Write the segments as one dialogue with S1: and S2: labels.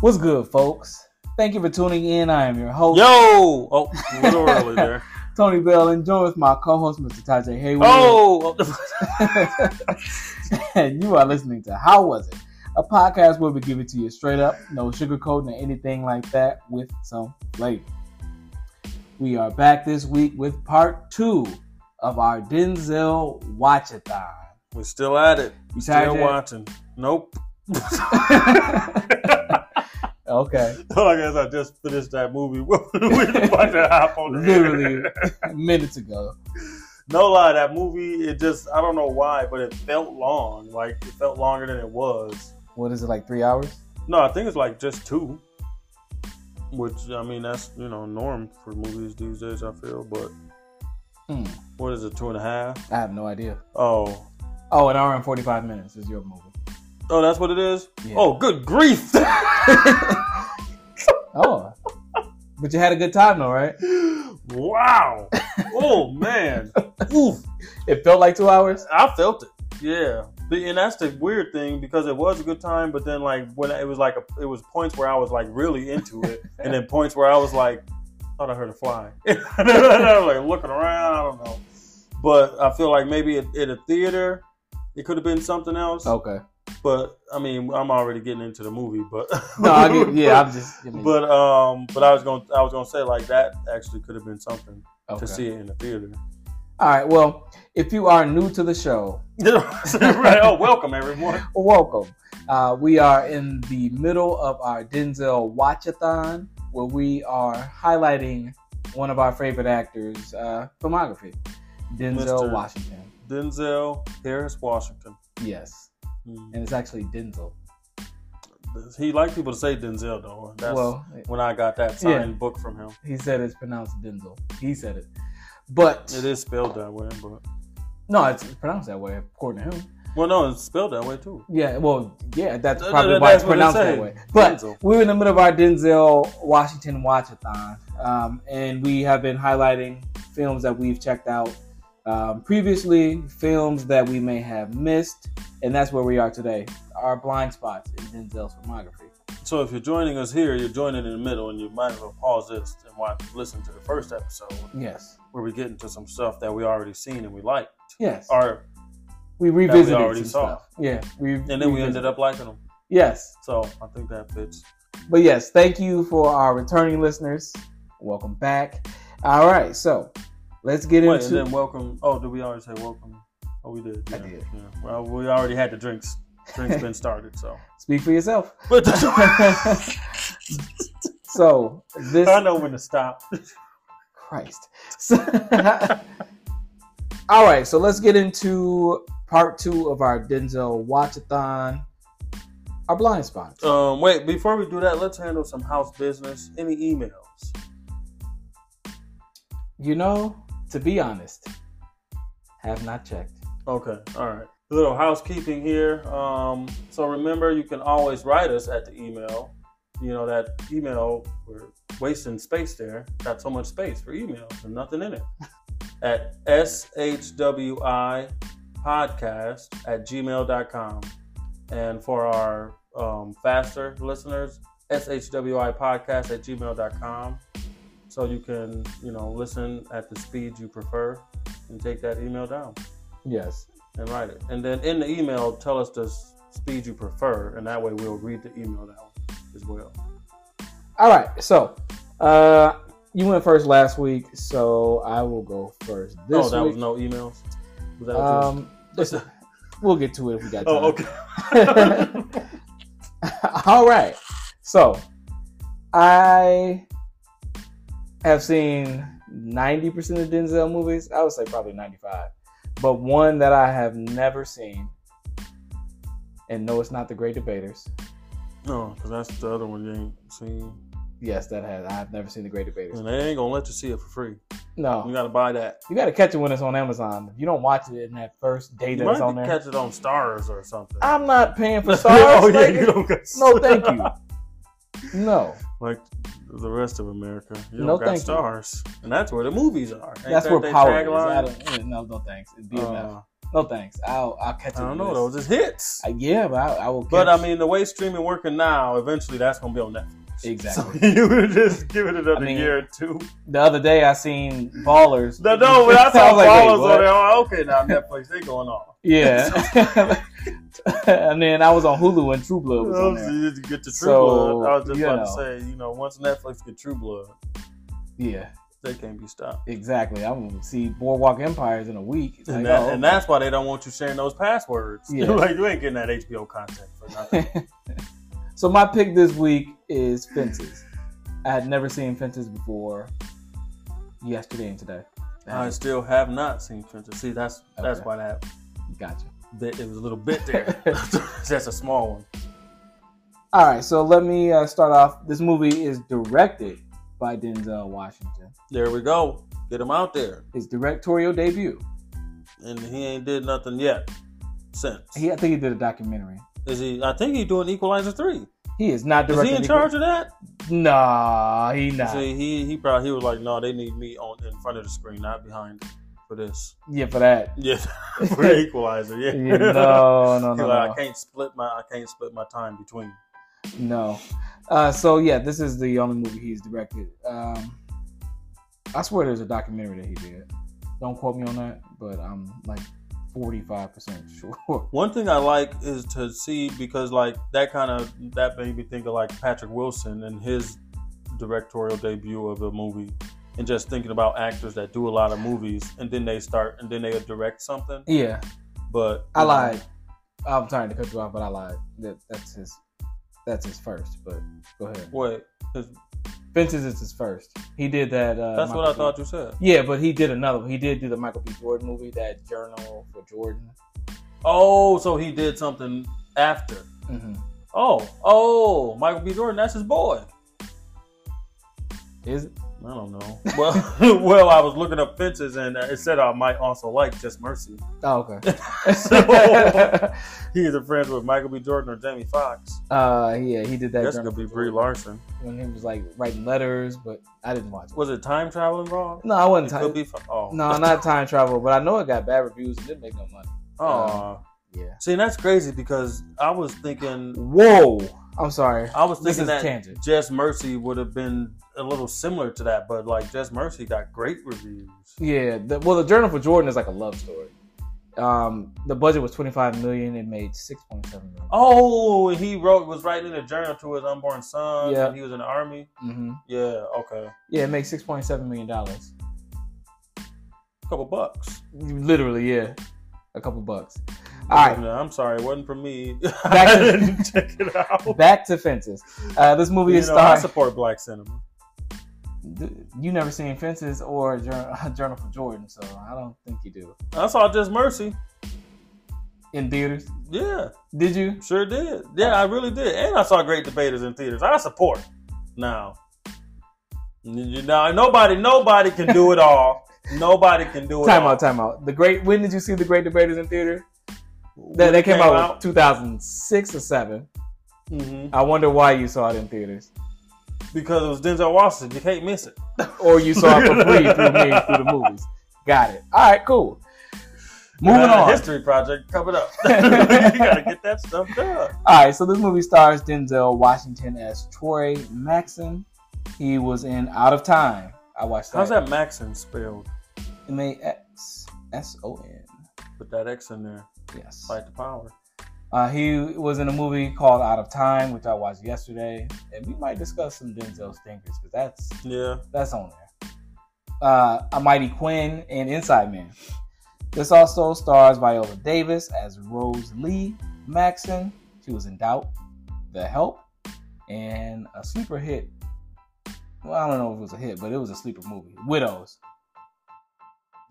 S1: What's good, folks? Thank you for tuning in. I am your host,
S2: Yo! Oh, a little early there.
S1: Tony Bell, and joined with my co-host, Mr. Tajay Hayward.
S2: Oh!
S1: and you are listening to How Was It? A podcast where we give it to you straight up, no sugarcoating or anything like that, with some flavor. We are back this week with part two of our Denzel Watchathon.
S2: We're still at it.
S1: You tired
S2: Still
S1: yet?
S2: watching. Nope.
S1: okay,
S2: I guess I just finished that movie. We're about to hop on the air.
S1: literally minutes ago.
S2: No lie, that movie, it just, I don't know why, but it felt long. Like, it felt longer than it was.
S1: What is it like? Three hours?
S2: No, I think it's like just two. Which, I mean, that's, you know, norm for movies these days, I feel. But
S1: Hmm.
S2: what is it, two and a half?
S1: I have no idea.
S2: Oh.
S1: Oh, an hour and forty-five minutes is your movie.
S2: Oh, that's what it is?
S1: Yeah.
S2: Oh, good grief!
S1: Oh, but you had a good time though, right?
S2: wow. Oh man. Oof.
S1: It felt like two hours.
S2: I felt it. Yeah. But- And that's the weird thing because it was a good time, but then like when it was like a, it was points where I was like really into it, and then points where I was like, thought I heard a fly. and I was like looking around. I don't know. But I feel like maybe at, at a theater, it could have been something else.
S1: Okay.
S2: But I mean, I'm already getting into the movie. But
S1: No, I get, yeah, I'm just. I mean,
S2: But um, but I was gonna I was gonna say like that actually could have been something
S1: okay.
S2: to see it in the theater.
S1: All right. Well, if you are new to the show,
S2: right. Oh, welcome everyone.
S1: welcome. Uh, we are in the middle of our Denzel Watchathon, where we are highlighting one of our favorite actors' uh, filmography, Denzel
S2: Mr.
S1: Washington.
S2: Denzel Harris Washington.
S1: Yes,
S2: Hmm.
S1: and it's actually Denzel.
S2: He liked people to say Denzel though. That's
S1: well,
S2: when I got that signed book from him.
S1: he said it's pronounced Denzel. He said it, but
S2: It is spelled that way, but
S1: no, it's pronounced that way according to him.
S2: well, no, it's spelled that way too.
S1: Yeah, well, yeah, that's
S2: Th-
S1: probably
S2: th-
S1: why it's
S2: that's what it
S1: pronounced that
S2: say.
S1: way. But
S2: Denzel.
S1: we're in the middle of our Denzel Washington Watchathon, um, and we have been highlighting films that we've checked out um, previously, films that we may have missed, and that's where we are today. Our blind spots in Denzel's filmography.
S2: So if you're joining us here, you're joining in the middle, and you might as well pause this and watch, listen to the first episode
S1: Yes,
S2: where we get into some stuff that we already seen and we liked,
S1: yes,
S2: or
S1: we revisited
S2: already
S1: some
S2: saw.
S1: stuff. Yeah, we
S2: and then we ended up liking them.
S1: Yes,
S2: So I think that fits.
S1: But yes, thank you for our returning listeners. Welcome back. All right, so let's get
S2: Wait,
S1: into.
S2: and then welcome. Oh, did we already say welcome? Oh, we did.
S1: I
S2: yeah,
S1: did.
S2: yeah. Well, we already had the drinks. Drinks been started, so.
S1: Speak for yourself.
S2: But
S1: so this
S2: I know when to stop.
S1: Christ. So- all right, so let's get into part two of our Denzel Watchathon. Our blind spots.
S2: Um, wait, before we do that, let's handle some house business. Any emails?
S1: You know, to be honest, have not checked.
S2: Okay, all right. A little housekeeping here. Um, so remember, you can always write us at the email. You know that email we're wasting space there. Got so much space for emails and nothing in it. At shwi podcast at gmail.com. And for our um, faster listeners, shwi podcast at gmail.com. So you can, you know, listen at the speed you prefer and take that email down
S1: Yes.
S2: and write it. And then in the email, tell us the s- speed you prefer, and that way we'll read the email out as well.
S1: All right, so uh, you went first last week, so I will go first this
S2: oh, that
S1: week.
S2: was no emails. Was that what
S1: Um, listen, we'll get to it if we got
S2: you-
S1: time.
S2: oh, okay.
S1: All right. So, I have seen 90% of Denzel movies. I would say probably 95. But one that I have never seen, and no, it's not The Great Debaters.
S2: No, because that's the other one you ain't seen,
S1: Yes, that has. I have never seen The Great Debaters.
S2: and they ain't gonna let you see it for free. You
S1: No.
S2: gotta buy that.
S1: You got to catch it when it's on Amazon. If you don't watch it in that first day
S2: You
S1: that
S2: might
S1: it's on
S2: have to
S1: there,
S2: catch it on Stars or something.
S1: I'm not paying for stars.
S2: oh yeah,
S1: lady.
S2: you don't get-
S1: No, thank you. No.
S2: Like the rest of America, you don't
S1: No,
S2: got
S1: thank you.
S2: stars, and that's where the movies are. Ain't
S1: That's
S2: that
S1: where
S2: they
S1: power is.
S2: tagline?
S1: I don't, no, no thanks. It'd be enough.
S2: Uh,
S1: No thanks. I'll I'll catch.
S2: I don't
S1: it
S2: know those. It's hits.
S1: Uh, yeah, but I, I will. Catch.
S2: But I mean, the way streaming working now, eventually that's gonna be on Netflix.
S1: Exactly.
S2: So you would just give it another
S1: I mean-
S2: year or two.
S1: the other day I seen Ballers.
S2: No, no, when I saw
S1: was like, wait,
S2: Ballers
S1: what?
S2: on there, I'm like, okay, now Netflix, they going off.
S1: Yeah. and then I was on Hulu and True Blood
S2: Oh,
S1: was on there.
S2: You get to True
S1: So,
S2: Blood. I was just
S1: you
S2: about
S1: know.
S2: to say, you know, once Netflix get True Blood,
S1: Yeah,
S2: they can't be stopped.
S1: exactly. I'm gonna see Boardwalk Empires in a week. It's like,
S2: And, that,
S1: oh,
S2: and that's why they don't want you sharing those passwords.
S1: Yeah.
S2: like you ain't getting that HBO content for nothing.
S1: so my pick this week is Fences. I had never seen Fences before. Yesterday and today.
S2: I still have not seen Fences. See, that's that's
S1: Okay.
S2: why that
S1: Gotcha.
S2: bit it was a little bit there. that's a small one.
S1: All right, so let me uh, start off. This movie is directed by Denzel Washington.
S2: There we go. Get him out there,
S1: His directorial debut.
S2: and he ain't did nothing yet since.
S1: He, I think he did a documentary.
S2: Is he? I think he doing Equalizer three.
S1: He is not
S2: Is
S1: directing.
S2: he in
S1: any-
S2: charge of that?
S1: Nah, he not.
S2: See, he he probably he was like, no, they need me on in front of the screen, not behind for this.
S1: Yeah, for that.
S2: Yeah, for Equalizer. Yeah.
S1: Yeah, no, no,
S2: He
S1: no,
S2: like, I
S1: no.
S2: can't split my I can't split my time between.
S1: no. Uh, so yeah, this is the only movie he's directed. Um, I swear there's a documentary that he did. Don't quote me on that, but I'm like 45 percent sure.
S2: One thing I like is to see because like that kind of that made me think of like Patrick Wilson and his directorial debut of a movie, and just thinking about actors that do a lot of movies and then they start and then they direct something.
S1: yeah,
S2: But
S1: I lied. I'm trying to cut you off, but I lied. That that's his. That's his first. But go ahead.
S2: Wait, that's
S1: Fences is his first. He did that. Uh,
S2: that's
S1: Michael
S2: what I
S1: B.
S2: thought you said.
S1: Yeah, but he did another. one. He did do the Michael B. Jordan movie, that Journal for Jordan.
S2: Oh, so he did something after.
S1: hmm
S2: Oh, oh, Michael B. Jordan, that's his boy.
S1: Is it?
S2: I don't know. Well, well, I was looking up fences, and it said I might also like Just Mercy.
S1: Oh, okay.
S2: so he either friends with Michael B. Jordan or Jamie Foxx.
S1: uh, yeah, he did that.
S2: That's
S1: Journal
S2: gonna be
S1: for
S2: Brie
S1: Jordan
S2: Larson.
S1: When he was like writing letters, but I didn't watch it.
S2: Was it time travel involved?
S1: No, I wasn't
S2: It
S1: time.
S2: could be. fu- Oh,
S1: no, not time travel, but I know it got bad reviews and didn't make no money.
S2: Oh,
S1: Yeah.
S2: see, that's crazy because I was thinking,
S1: Whoa. I'm sorry.
S2: I was
S1: This
S2: thinking
S1: is
S2: that
S1: tangent.
S2: Just Mercy would have been a little similar to that, but like Just Mercy got great reviews.
S1: Yeah. The, well, the Journal for Jordan is like a love story. Um, the budget was 25 million. It made 6.7 million.
S2: Oh, and he wrote was writing a journal to his unborn son.
S1: Yeah.
S2: and he was in the army.
S1: hmm
S2: Yeah, okay,
S1: Yeah, it makes 6.7 million dollars.
S2: couple bucks.
S1: Literally, yeah, a couple bucks. All right,
S2: No, I'm sorry, it wasn't for me.
S1: Back
S2: I
S1: to-
S2: didn't check it out.
S1: back to fences. Uh, this movie
S2: You
S1: is
S2: know, I
S1: starring.
S2: support black cinema.
S1: You never seen Fences or Journal, Journal for Jordan, so I don't think you do.
S2: I saw Just Mercy.
S1: In theaters,
S2: Yeah,
S1: did you?
S2: sure did. Yeah, I really did. And I saw Great Debaters in theaters. I support. Now, you know, nobody, nobody can do it all. nobody can do it.
S1: Time
S2: all.
S1: out, time out. The great. When did you see the Great Debaters in theater? That,
S2: When
S1: that
S2: it
S1: came, out, in 2006 or seven.
S2: mhm,
S1: I wonder why you saw it in theaters,
S2: because it was Denzel Washington. You can't miss it.
S1: or you saw it for free through me through the movies. Got it. All right, cool. Moving
S2: Uh,
S1: on.
S2: History project coming up. you gotta get that stuff done.
S1: All right, so this movie stars Denzel Washington as Troy Maxon. He was in Out of Time. I watched that.
S2: How's that Maxon spelled?
S1: M A X S O N.
S2: Put that X in there.
S1: Yes.
S2: Fight the power.
S1: Uh, he was in a movie called Out of Time, which I watched yesterday, and we might discuss some Denzel stinkers because that's
S2: Yeah.
S1: that's on there. Uh, a Mighty Quinn and Inside Man. This also stars Viola Davis as Rose Lee Maxon. She was in Doubt, The Help, and a sleeper hit. Well, I don't know if it was a hit, but it was a sleeper movie. Widows.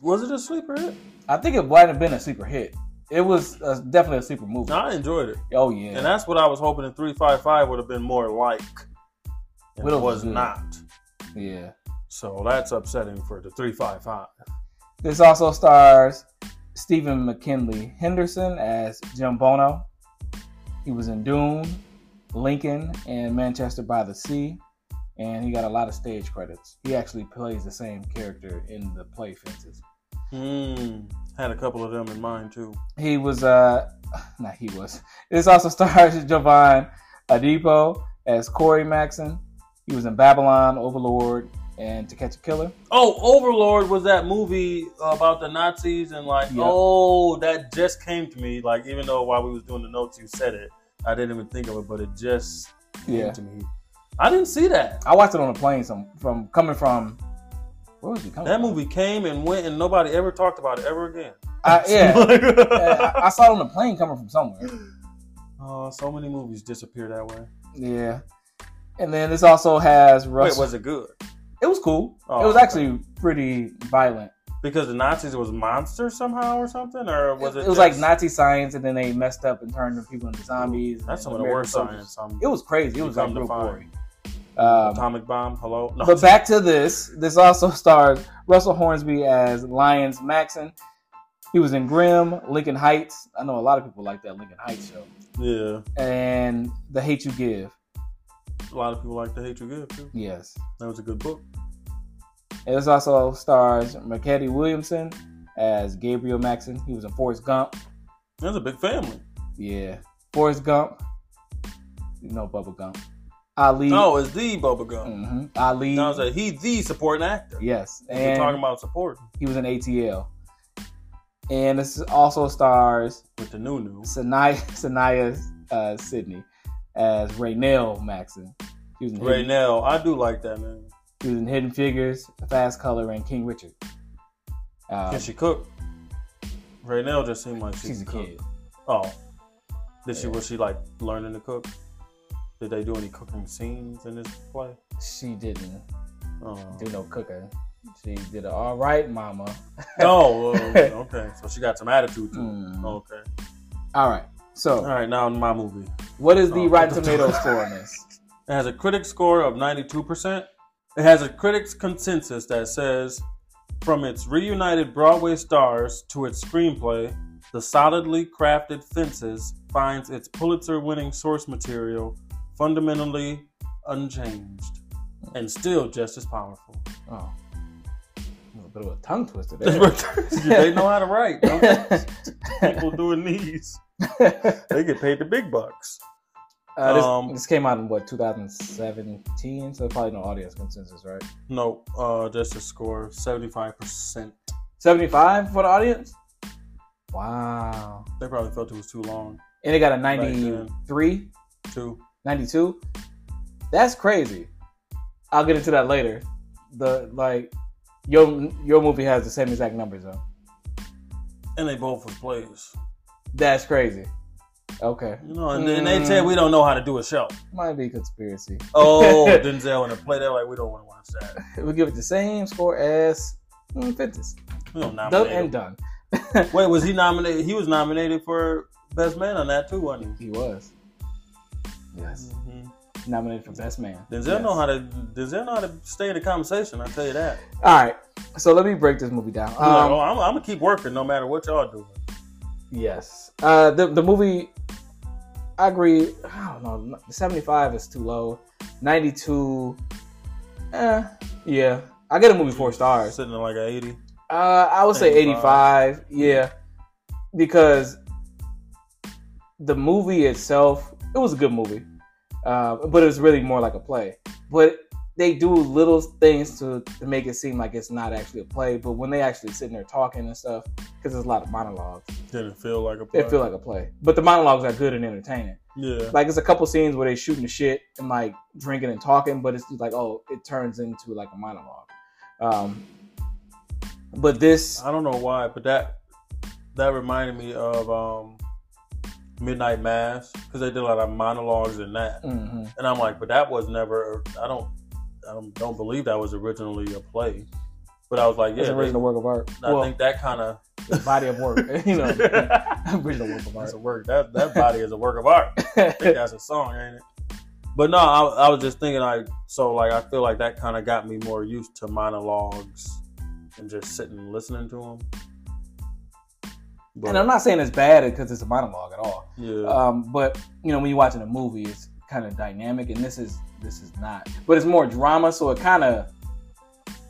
S2: Was it a sleeper hit?
S1: I think it might have been a sleeper hit. It was uh definitely a sleeper movie.
S2: No, I enjoyed it.
S1: Oh yeah,
S2: And that's what I was hoping in 355 would have been more like. And
S1: Widow
S2: it was
S1: was good.
S2: not.
S1: yeah.
S2: So that's upsetting for the 355.
S1: This also stars Stephen McKinley Henderson as Jim Bono. He was in Dune, Lincoln, and Manchester by the Sea, and he got a lot of stage credits. He actually plays the same character in the play Fences.
S2: Hmm. Had a couple of them in mind too.
S1: He was uh not he was. This also stars Jovan Adipo as Corey Maxon. He was in Babylon, Overlord, and To Catch a Killer.
S2: Oh, Overlord was that movie about the Nazis and like,
S1: Yeah.
S2: oh, that just came to me. Like, even though while we was doing the notes, you said it, I didn't even think of it, but it just came
S1: Yeah.
S2: to me. I didn't see that.
S1: I watched it on a plane some from coming from where was he coming
S2: That
S1: from?
S2: movie came and went, and nobody ever talked about it ever again.
S1: I, Uh, yeah. Yeah,
S2: yeah.
S1: I, I saw it on a plane coming from somewhere.
S2: Oh, so many movies disappear that way.
S1: Yeah. And then this also has
S2: Wait,
S1: Russell.
S2: was it good?
S1: it was cool.
S2: Oh,
S1: it was
S2: okay.
S1: actually pretty violent.
S2: Because the Nazis was monsters somehow or something, or was it?
S1: it, was
S2: just-
S1: like Nazi science, and then they messed up and turned people into zombies. and
S2: That's some of the
S1: American
S2: worst
S1: soldiers.
S2: science. Um,
S1: It was crazy. It
S2: You
S1: was like
S2: come to
S1: real
S2: find.
S1: gory. Um,
S2: atomic bomb. Hello. No.
S1: but back to this. This also stars Russell Hornsby as Lions Maxon. He was in Grimm, Lincoln Heights. I know a lot of people like that Lincoln Heights show.
S2: yeah,
S1: And The Hate You Give.
S2: a lot of people like to hate you good too.
S1: Yes.
S2: That was a good book.
S1: And this also stars Marquette Williamson as Gabriel Maxon. He was in Forrest Gump.
S2: That's a big family.
S1: Yeah. Forrest Gump. No, Bubba Gump. Ali.
S2: No, it's the Bubba Gum.
S1: hmm Ali.
S2: No, it's a he the supporting actor.
S1: Yes,
S2: We're talking
S1: and
S2: about supporting
S1: he was in ATL. And this also stars
S2: with the new new.
S1: Sanaya, Sanaya uh, Sydney as Raynell Maxon. He was, in
S2: Right
S1: Hidden,
S2: now, I do like that man.
S1: he was in Hidden Figures, Fast Color, and King Richard. Uh,
S2: Can she cook? Right now, just seemed like she
S1: she's a
S2: can cook.
S1: kid.
S2: Oh, did she
S1: Yeah.
S2: was she like learning to cook? Did they do any cooking scenes in this play?
S1: She didn't
S2: Oh.
S1: do no cooking. She did a all right, mama.
S2: no. uh, okay, so she got some attitude too.
S1: Mm.
S2: Okay.
S1: All right. So,
S2: Oh. All right, now my movie.
S1: what is the
S2: Oh.
S1: Rotten Tomatoes score on this?
S2: It has a critic score of 92%. It has a critics consensus that says from its reunited Broadway stars to its screenplay, the solidly crafted Fences finds its Pulitzer winning source material fundamentally unchanged and still just as powerful.
S1: Oh, a little bit of a tongue twister there.
S2: they know how to write. don't they? People doing these, they get paid the big bucks.
S1: Uh, this,
S2: Um,
S1: this came out in what 2017, so probably no audience consensus, right?
S2: No, uh, just a score 75%.
S1: 75 for the audience. Wow.
S2: They probably felt it was too long.
S1: And it got a
S2: Back then.
S1: 93,
S2: Two.
S1: 92. That's crazy. I'll get into that later. The like your your movie has the same exact numbers though.
S2: And they both was plays.
S1: That's crazy. Okay,
S2: You know, and then they
S1: Mm.
S2: said we don't know how to do a show.
S1: might be conspiracy.
S2: Oh, Denzel in a play, they're like, we don't want to watch that.
S1: We give it the same score as mm, Fences.
S2: We don't
S1: Done
S2: nominate
S1: and
S2: him.
S1: done.
S2: Wait, was he nominated? He was nominated for Best Man on that too, wasn't
S1: He was.
S2: he?
S1: Yes.
S2: Mhm.
S1: Nominated for Best Man.
S2: Denzel
S1: Mm-hmm. Yes.
S2: know how to Denzel know how to stay in the conversation. I tell you that.
S1: All right, so let me break this movie down.
S2: He's like,
S1: Um,
S2: oh, I'm, I'm gonna keep working no matter what y'all doing.
S1: Yes, uh, the the movie. I agree. I don't know. Seventy five is too low. Ninety two. Eh, yeah. I get a movie four stars.
S2: Sitting at like an eighty.
S1: Uh, I would say eighty
S2: 85.
S1: five. Yeah, because the movie itself, it was a good movie, uh, but it was really more like a play. But they do little things to, to make it seem like it's not actually a play. But when they actually sitting there talking and stuff, because there's a lot of monologues.
S2: Didn't feel like a play.
S1: It feel like a play, but the monologues are good and entertaining.
S2: yeah.
S1: Like it's a couple scenes where they shooting the shit and like drinking and talking, but it's like oh, it turns into like a monologue. Um, but this,
S2: I don't know why, but that that reminded me of um, Midnight Mass because they did a lot of monologues in that,
S1: Mhm.
S2: and I'm like, but that was never. I don't, I don't, don't believe that was originally a play. But I was like, yeah,
S1: it's an
S2: they-
S1: original work of art.
S2: I
S1: well,
S2: think that kind of
S1: it's a body of work, you know,
S2: that's
S1: original work of
S2: a work. That that body is a work of art. I think
S1: art.
S2: that's a song, ain't it? But no, I, I was just thinking like so like I feel like that kind of got me more used to monologues and just sitting and listening to them. But,
S1: and I'm not saying it's bad because it's a monologue at all.
S2: yeah,
S1: Um, but you know, when you're watching a movie, it's kind of dynamic, and this is this is not. But it's more drama, so it kind of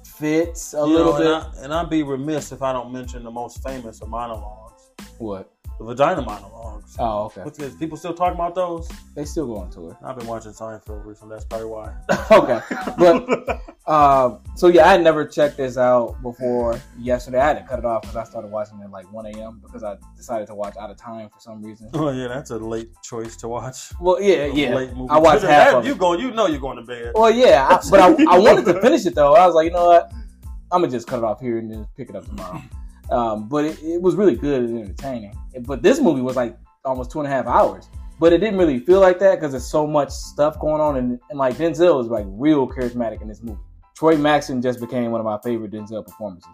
S1: fits a
S2: You
S1: little
S2: know,
S1: bit.
S2: And, I, and I'd be remiss if I don't mention the most famous of monologues,
S1: what?
S2: the vagina monologues.
S1: Oh, okay.
S2: What's this? People still talking about those?
S1: They still go on tour.
S2: I've been watching Seinfeld recently. That's probably why.
S1: okay. But um, so yeah, I had never checked this out before yesterday. I had to cut it off because I started watching it at like 1 a.m. because I decided to watch out of time for some reason.
S2: oh yeah, that's a late choice to watch.
S1: Well, yeah, yeah.
S2: Late movie.
S1: I watched
S2: That-
S1: half of
S2: You
S1: it.
S2: go. You know you're going to bed.
S1: Well, yeah, I, but I, I wanted to finish it though. I was like, you know what? I'm gonna just cut it off here and then pick it up tomorrow. Um, but it, it was really good and entertaining. But this movie was like almost two and a half hours. But it didn't really feel like that because there's so much stuff going on, and, and like Denzel is like real charismatic in this movie. Troy Maxon just became one of my favorite Denzel performances,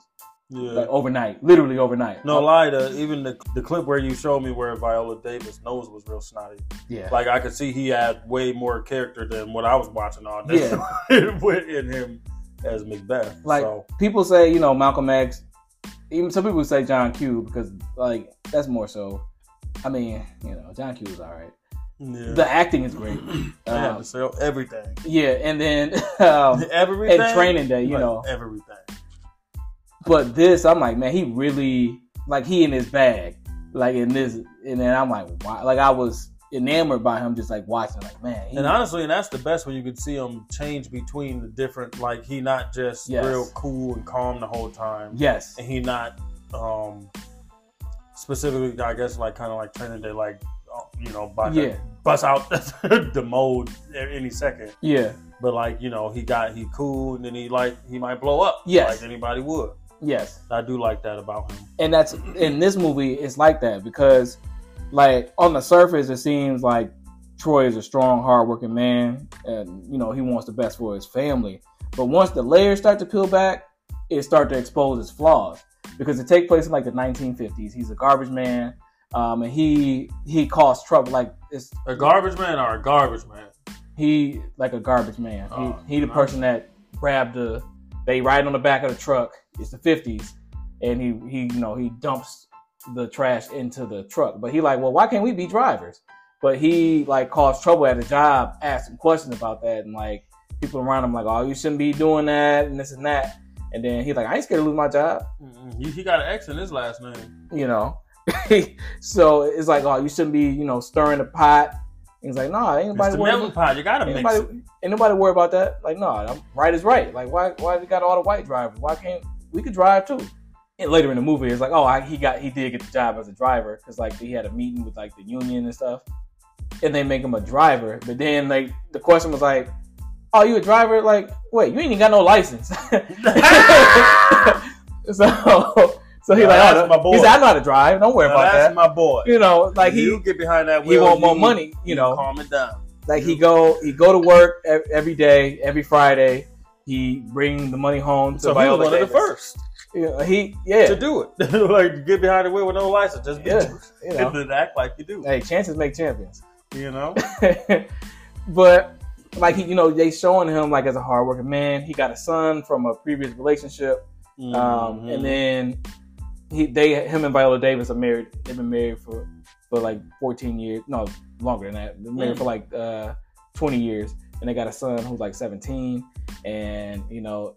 S2: Yeah.
S1: like overnight, literally overnight.
S2: no lie, the, even the, the clip where you showed me where Viola Davis' nose was real snotty.
S1: yeah,
S2: Like I could see he had way more character than what I was watching all day with in him as Macbeth.
S1: Like-
S2: so,
S1: people say you know Malcolm X. Even some people say John Q because like that's more so. I mean, you know, John Q is all right.
S2: yeah.
S1: The acting is great.
S2: I had
S1: Um,
S2: to sell everything.
S1: yeah, and then um,
S2: everything.
S1: and Training Day, you
S2: Like,
S1: know.
S2: everything.
S1: But this, I'm like, man, he really like he in his bag, like in this, and then I'm like, wow, like I was enamored by him, just like watching, like man, he,
S2: And honestly, and that's the best when you could see him change between the different. Like he not just
S1: Yes.
S2: real cool and calm the whole time,
S1: yes,
S2: and he not um specifically, I guess, like kind of like Training Day, like uh, you know, about
S1: yeah,
S2: to bust out the mode at any second.
S1: yeah,
S2: But like you know, he got he cool, and then he like he might blow up,
S1: Yes.
S2: like anybody would.
S1: yes.
S2: I do like that about him.
S1: and that's in this movie it's like that because like on the surface it seems like troy is a strong hardworking man and you know he wants the best for his family but once the layers start to peel back it start to expose his flaws because it take place in like the 1950s he's a garbage man um, and he he caused trouble like it's
S2: A garbage man or a garbage man.
S1: he like a garbage man. He,
S2: Oh,
S1: he the
S2: nice.
S1: person that grabbed the they ride on the back of the truck. It's the fifties, and he he you know he dumps the trash into the truck. But he like, well, why can't we be drivers? But he like caused trouble at a job, asked some questions about that, and like people around him like, oh, you shouldn't be doing that, and this and that. And then he like, I ain't scared to lose my job,
S2: Mm-mm. He, he got an X in his last name.
S1: you know. so it's like, oh, you shouldn't be you know stirring the pot. He's like, nah, ain't
S2: It's
S1: nobody
S2: the
S1: worried
S2: melon pie. You gotta mix it.
S1: Anybody, ain't nobody worry about that. Like, no, I'm, right is right. Like, why, why we got all the white drivers? Why can't we could drive too? And later in the movie, it's like, oh, I, he got, he did get the job as a driver because like he had a meeting with like the union and stuff, and they make him a driver. But then like the question was like, oh, you a driver? Like, wait, you ain't even got no license. so, so he like,
S2: Now that's
S1: oh,
S2: my boy.
S1: he said, I know how to drive. Don't worry
S2: Now
S1: about
S2: that's
S1: that.
S2: my boy.
S1: You know, like he,
S2: you get behind that
S1: he
S2: wheel.
S1: want more
S2: you-
S1: money. You know,
S2: calm it down.
S1: like he go he go to work ev- every day, every Friday. He bring the money home to
S2: So he was
S1: Viola
S2: one of the
S1: Davis.
S2: first
S1: Yeah, he yeah.
S2: to do it. like to get behind the wheel with no license, just be
S1: Yeah, you know.
S2: and then act like you do.
S1: Hey, chances make champions.
S2: You know,
S1: but like he, you know, they showing him like as a hardworking man. He got a son from a previous relationship,
S2: Mm-hmm.
S1: um, and then he they him and Viola Davis are married. They've been married for for like fourteen years, no longer than that. They're married
S2: Mm.
S1: for like uh, twenty years, and they got a son who's like seventeen, and you know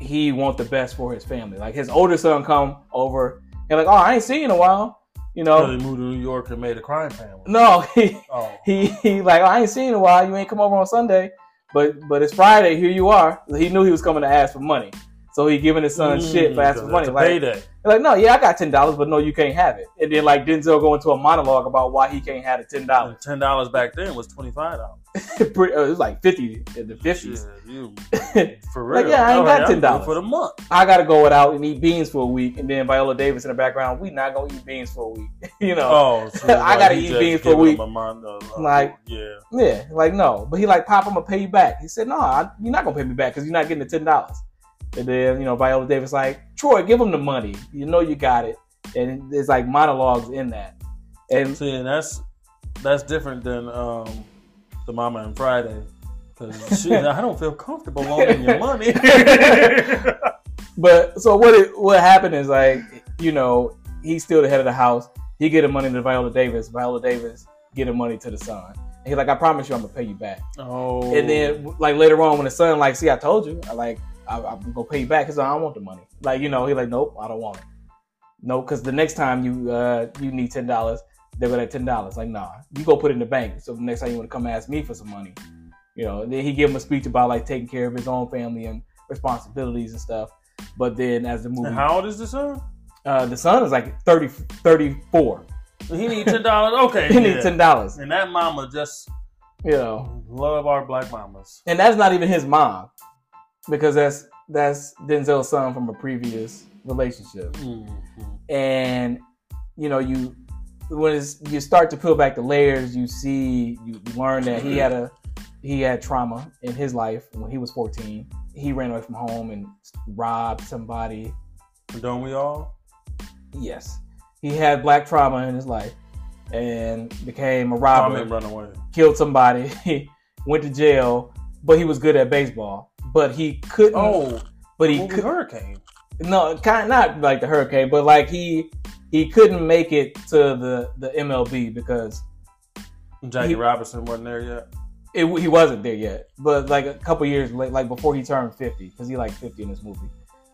S1: he wants the best for his family. Like his older son come over, and like, oh, I ain't seen you in a while, you
S2: So
S1: know.
S2: they moved to New York and made a crime family.
S1: No, he
S2: Oh.
S1: he, he like, I ain't seen you in a while. You ain't come over on Sunday, but but it's Friday. Here you are. He knew he was coming to ask for money, so he giving his son
S2: Mm,
S1: shit for asking for money. Like,
S2: payday.
S1: they're like, no, yeah, I got ten dollars, but no, you can't have it. And then like Denzel go into a monologue about why he can't have the ten dollars. uh,
S2: Ten dollars back then was twenty five dollars.
S1: it was like fifty in the fifties.
S2: you for real? Oh,
S1: Like, yeah, I ain't got
S2: I'm good
S1: $10.
S2: for the month.
S1: I gotta go without and eat beans for a week, and then Viola Davis in the background, we not gonna eat beans for a week. you know,
S2: Oh, so
S1: I gotta
S2: he
S1: eat
S2: just
S1: beans for a
S2: giving
S1: week.
S2: him month, uh, uh,
S1: Like-
S2: yeah,
S1: yeah, like no. But he like, Pop, I'm gonna pay you back. He said, no, I, you're not gonna pay me back because you're not getting the ten dollars. And then you know Viola Davis like, Troy, give him the money. You know you got it. And there's like monologues in that, and
S2: See, and that's that's different than um, the Mama and Friday. Because shit, I don't feel comfortable loaning your money.
S1: But so what? It, what happened is like you know he's still the head of the house. He get the money to Viola Davis. Viola Davis get the money to the son. And he's like, I promise you, I'm gonna pay you back.
S2: oh,
S1: And then like later on, when the son like, see, I told you, I like I, I'm gonna pay you back because I don't want the money. Like you know, he's like, nope, I don't want it. No, because the next time you uh you need ten dollars, they're gonna ten dollars. Like, nah, you go put it in the bank. So the next time you want to come ask me for some money, you know. And then he gave him a speech about like taking care of his own family and responsibilities and stuff. But then as the movie,
S2: And how old is the son?
S1: uh, the son is like 30, 34.
S2: He need ten dollars. Okay,
S1: He needs
S2: yeah.
S1: ten dollars.
S2: And that mama just
S1: You know,
S2: love our black mamas.
S1: and that's not even his mom, because that's that's Denzel's son from a previous relationship. Mm-hmm. and you know you when it's, you start to peel back the layers you see you learn that he had a he had trauma in his life when he was 14 he ran away from home and robbed somebody
S2: Don't we all?
S1: yes he had black trauma in his life and became a
S2: I'm
S1: robber
S2: in runaway.
S1: killed somebody went to jail but he was good at baseball but he couldn't
S2: Oh,
S1: but
S2: the
S1: he
S2: movie
S1: could
S2: Hurricane.
S1: no, kind not like the hurricane, but like he he couldn't make it to the the MLB because
S2: Jackie
S1: He-
S2: Robinson wasn't there yet.
S1: it, he wasn't there yet. But like a couple years late, like before he turned fifty, because he like fifty in this movie.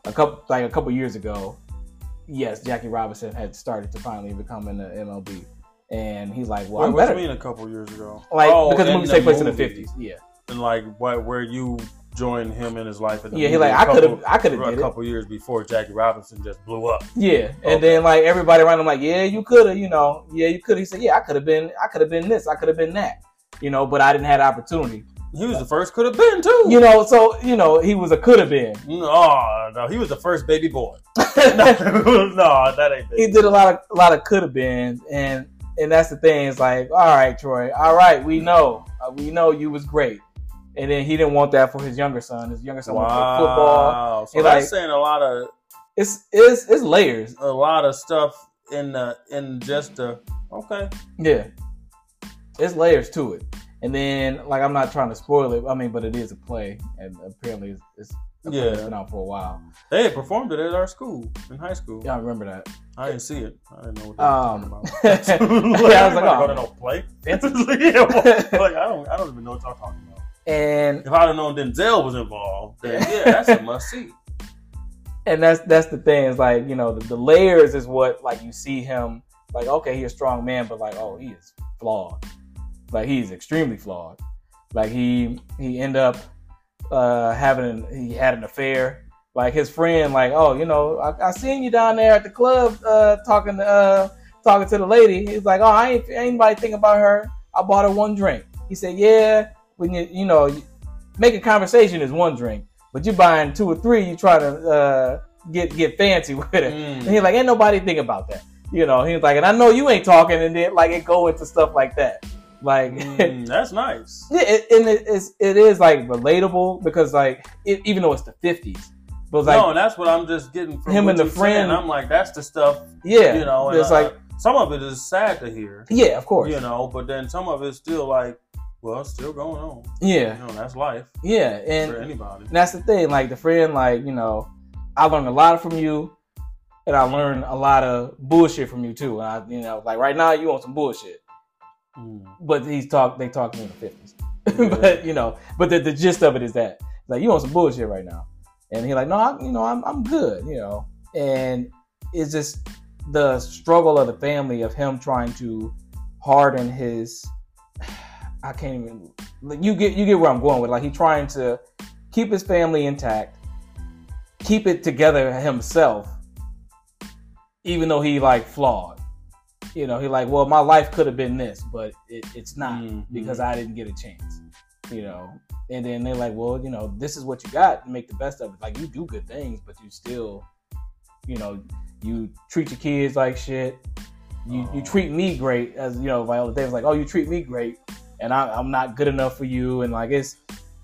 S1: A couple like a couple years ago, yes, Jackie Robinson had started to finally become in the MLB, and he's like, well,
S2: Wait,
S1: I'm
S2: what do
S1: better.
S2: you mean a couple years ago?
S1: Like
S2: Oh,
S1: because the
S2: in
S1: movie takes place in the
S2: movie.
S1: fifties, yeah,
S2: And like what, where you joined him in his life. In the
S1: yeah. He
S2: movie
S1: like
S2: a
S1: I could
S2: couple-
S1: have, I could have
S2: a
S1: did it.
S2: couple years before Jackie Robinson just blew up.
S1: Yeah, and
S2: Okay.
S1: then like everybody around him, like, yeah, you could have, you know, yeah, you could. He said, yeah, I could have been, I could have been this, I could have been that, you know, but I didn't have the opportunity,
S2: He was the first could have been too.
S1: you know. So you know, he was a could have been.
S2: Oh no, he was the first baby boy. no, that ain't
S1: he
S2: baby.
S1: did a lot of a lot of could have been, and and that's the thing. It's like, all right, Troy, all right, we know, Uh, we know you was great, and then he didn't want that for his younger son. His younger son wanted to play football.
S2: Wow. So
S1: He
S2: that's
S1: like-
S2: saying a lot of
S1: It's it's it's layers.
S2: a lot of stuff in the in just the okay.
S1: Yeah. It's layers to it. And then, like, I'm not trying to spoil it. I mean, but it is a play, and apparently it's, it's, apparently it's
S2: Yeah.
S1: been out for a while.
S2: They had performed it at our school in high school.
S1: Yeah, I remember that.
S2: I didn't see it. I didn't know what they
S1: Um,
S2: were talking about.
S1: I was like,
S2: "Everybody
S1: oh.
S2: go to no play.
S1: It's-
S2: yeah, well, like I don't I don't even know what y'all talking about.
S1: and
S2: If I'd have known Denzel was involved, then yeah, that's a must see.
S1: and that's that's the thing. Is like, you know, the, the layers is what like you see him like, okay, he's a strong man, but like, oh, he is flawed. Like he's extremely flawed. Like he he end up uh having he had an affair. Like his friend, like, oh, you know, I, I seen you down there at the club uh talking to uh talking to the lady. He's like, oh, I ain't, ain't anybody think about her. I bought her one drink. He said, yeah, when you you know you- making conversation is one drink, but you buying two or three, you try to uh get get fancy with it. And
S2: Mm.
S1: he's like, ain't nobody think about that. You know, he was like, and I know you ain't talking, and then like it go into stuff like that. Like, yeah,
S2: Mm, that's nice.
S1: it, and it is it is like relatable because like it, even though it's the fifties, but like
S2: no, and that's what I'm just getting from
S1: Him
S2: what
S1: and the
S2: you're
S1: friend-
S2: saying. I'm like, that's the stuff
S1: yeah,
S2: you know. And
S1: it's
S2: I-
S1: like
S2: some of it is sad to hear,
S1: yeah, of course,
S2: you know, but then some of it's still like, well, it's still going on. You
S1: yeah,
S2: know, that's life
S1: yeah, and
S2: for anybody.
S1: And that's the thing, like the friend, like, you know, I learned a lot from you, and I learned a lot of bullshit from you too. And I, you know, like right now you on some bullshit.
S2: Mm.
S1: But he's talk they talking in the fifties. but you know, but the, the gist of it is that like you on some bullshit right now. And he like, no, I, you know, I'm I'm good, you know. And it's just the struggle of the family of him trying to harden his I can't even like, you get you get where I'm going with it. like he trying to keep his family intact, keep it together himself, even though he like flawed. You know, he like, well, my life could have been this, but it, it's not
S2: Mhm.
S1: because I didn't get a chance. You know, and then they're like, well, you know, this is what you got. Make the best of it. Like you do good things, but you still, you know, you treat your kids like shit. You, you
S2: Oh.
S1: treat me great as you know. Viola Davis like, oh, you treat me great, and I, I'm not good enough for you. And like it's,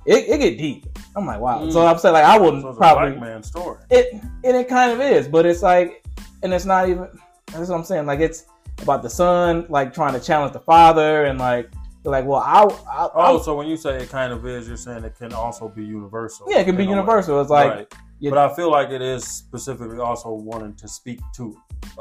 S1: it, it get deep. I'm like, wow. So
S2: Mm.
S1: I'm saying like I
S2: So
S1: would
S2: it's a
S1: not
S2: black
S1: probably
S2: man story.
S1: it, and it kind of is, but it's like, and it's not even. That's what I'm saying. Like it's about the son like trying to challenge the father, and like they're like, well, I, I,
S2: Oh,
S1: I
S2: so when you say it kind of is, you're saying it can also be universal.
S1: yeah, it can be
S2: in a way.
S1: universal. It's like
S2: Right.
S1: you-
S2: but I feel like it is specifically also wanting to speak to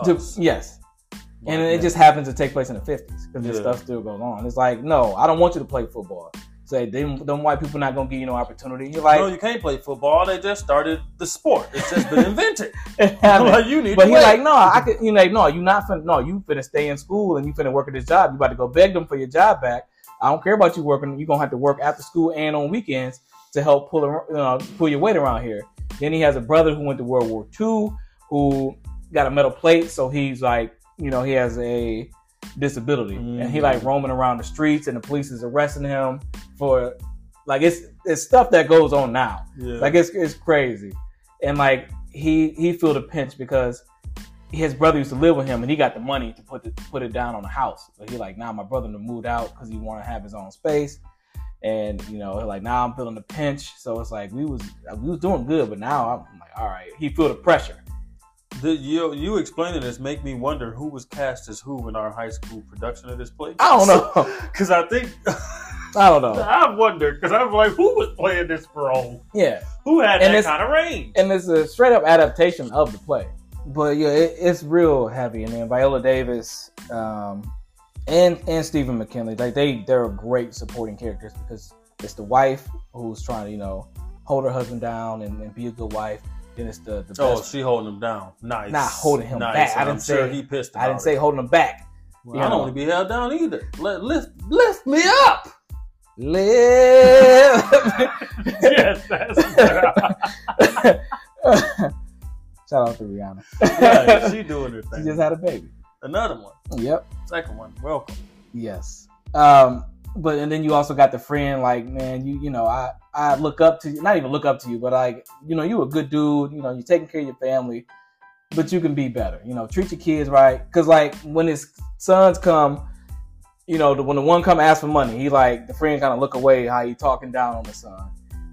S1: to-
S2: us.
S1: yes,
S2: Like,
S1: and it
S2: yeah.
S1: just happens to take place in the 50s because this
S2: Yeah.
S1: stuff still goes on. It's like, no, I don't want you to play football. say them, them white people not gonna give you no opportunity. You're like,
S2: no, you can't play football. They just started the sport. It's just been invented.
S1: it happened.
S2: Like, you need
S1: But
S2: to
S1: he
S2: play.
S1: like, no, I could. You like, no, you not finna. No, you finna stay in school and you finna work at this job. You about to go beg them for your job back. I don't care about you working. You gonna have to work after school and on weekends to help pull ar- you know, pull your weight around here. Then he has a brother who went to World War II, who got a metal plate, so he's like, you know, he has a disability, and he
S2: Mm-hmm.
S1: like roaming around the streets, and the police is arresting him for like it's it's stuff that goes on now.
S2: yeah.
S1: Like it's it's crazy, and like he he feel the pinch because his brother used to live with him, and he got the money to put the, put it down on the house. But he like, nah, my brother done moved out because he want to have his own space, and you know, he like, nah, I'm feeling the pinch. So it's like we was we was doing good, but now I'm like, all right, he feel the pressure.
S2: The- you you explaining this make me wonder who was cast as who in our high school production of this play.
S1: I don't know, Oh.
S2: Because I think
S1: I don't know.
S2: I wondered because I'm like, who was playing this role?
S1: Yeah,
S2: Who had
S1: And
S2: that
S1: it's-
S2: kind of range?
S1: and it's a straight up adaptation of the play. But yeah, it, it's real heavy. And then Viola Davis um, and and Stephen McKinley, like they they're great supporting characters because it's the wife who's trying to you know hold her husband down and, and be a good wife. Then it's the the
S2: oh,
S1: best.
S2: she holding him down. Nice.
S1: Not holding him
S2: nice.
S1: back.
S2: and
S1: I
S2: I'm
S1: didn't
S2: sure
S1: say-
S2: he pissed. About
S1: I didn't say
S2: it.
S1: holding him back.
S2: Well,
S1: you
S2: I
S1: know.
S2: don't want to be held down either. Let lift lift me up.
S1: Live.
S2: yes, that's
S1: Shout out to Rihanna.
S2: yeah, she doing her
S1: She
S2: thing.
S1: just had a baby.
S2: Another one,
S1: Yep.
S2: second one. Welcome.
S1: Yes. Um, but and then you also got the friend like, man, you you know, I I look up to you, not even look up to you, but like, you know, you a good dude, you know, you're taking care of your family, but you can be better. You know, treat your kids right cuz like when his sons come, you know, the, when the one come ask for money, he like the friend kind of look away how he talking down on the son.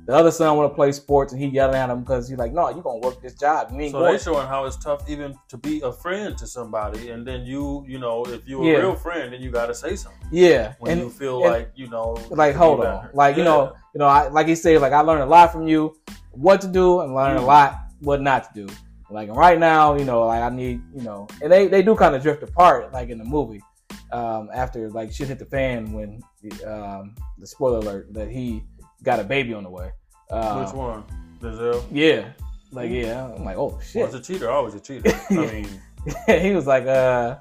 S1: The other son want to play sports and he yelling at him because he's like, no, you gonna work this job. You ain't
S2: So
S1: going.
S2: they showing how it's tough even to be a friend to somebody, and then you, you know, if you a
S1: Yeah.
S2: real friend, then you got to say something
S1: yeah,
S2: when
S1: and
S2: you feel
S1: and-
S2: like you know,
S1: like
S2: it could
S1: hold
S2: be
S1: on
S2: better.
S1: like you
S2: Yeah.
S1: know you know I, like he said like i learned a lot from you what to do and learned a
S2: Mhm.
S1: lot what not to do like and right now you know like i need you know and they they do kind of drift apart like in the movie um after like shit hit the fan when um the spoiler alert that he got a baby on the way uh
S2: which one, Denzel?
S1: yeah like yeah i'm like oh shit
S2: Was a cheater, always a cheater. I
S1: Yeah.
S2: mean,
S1: he was like, uh,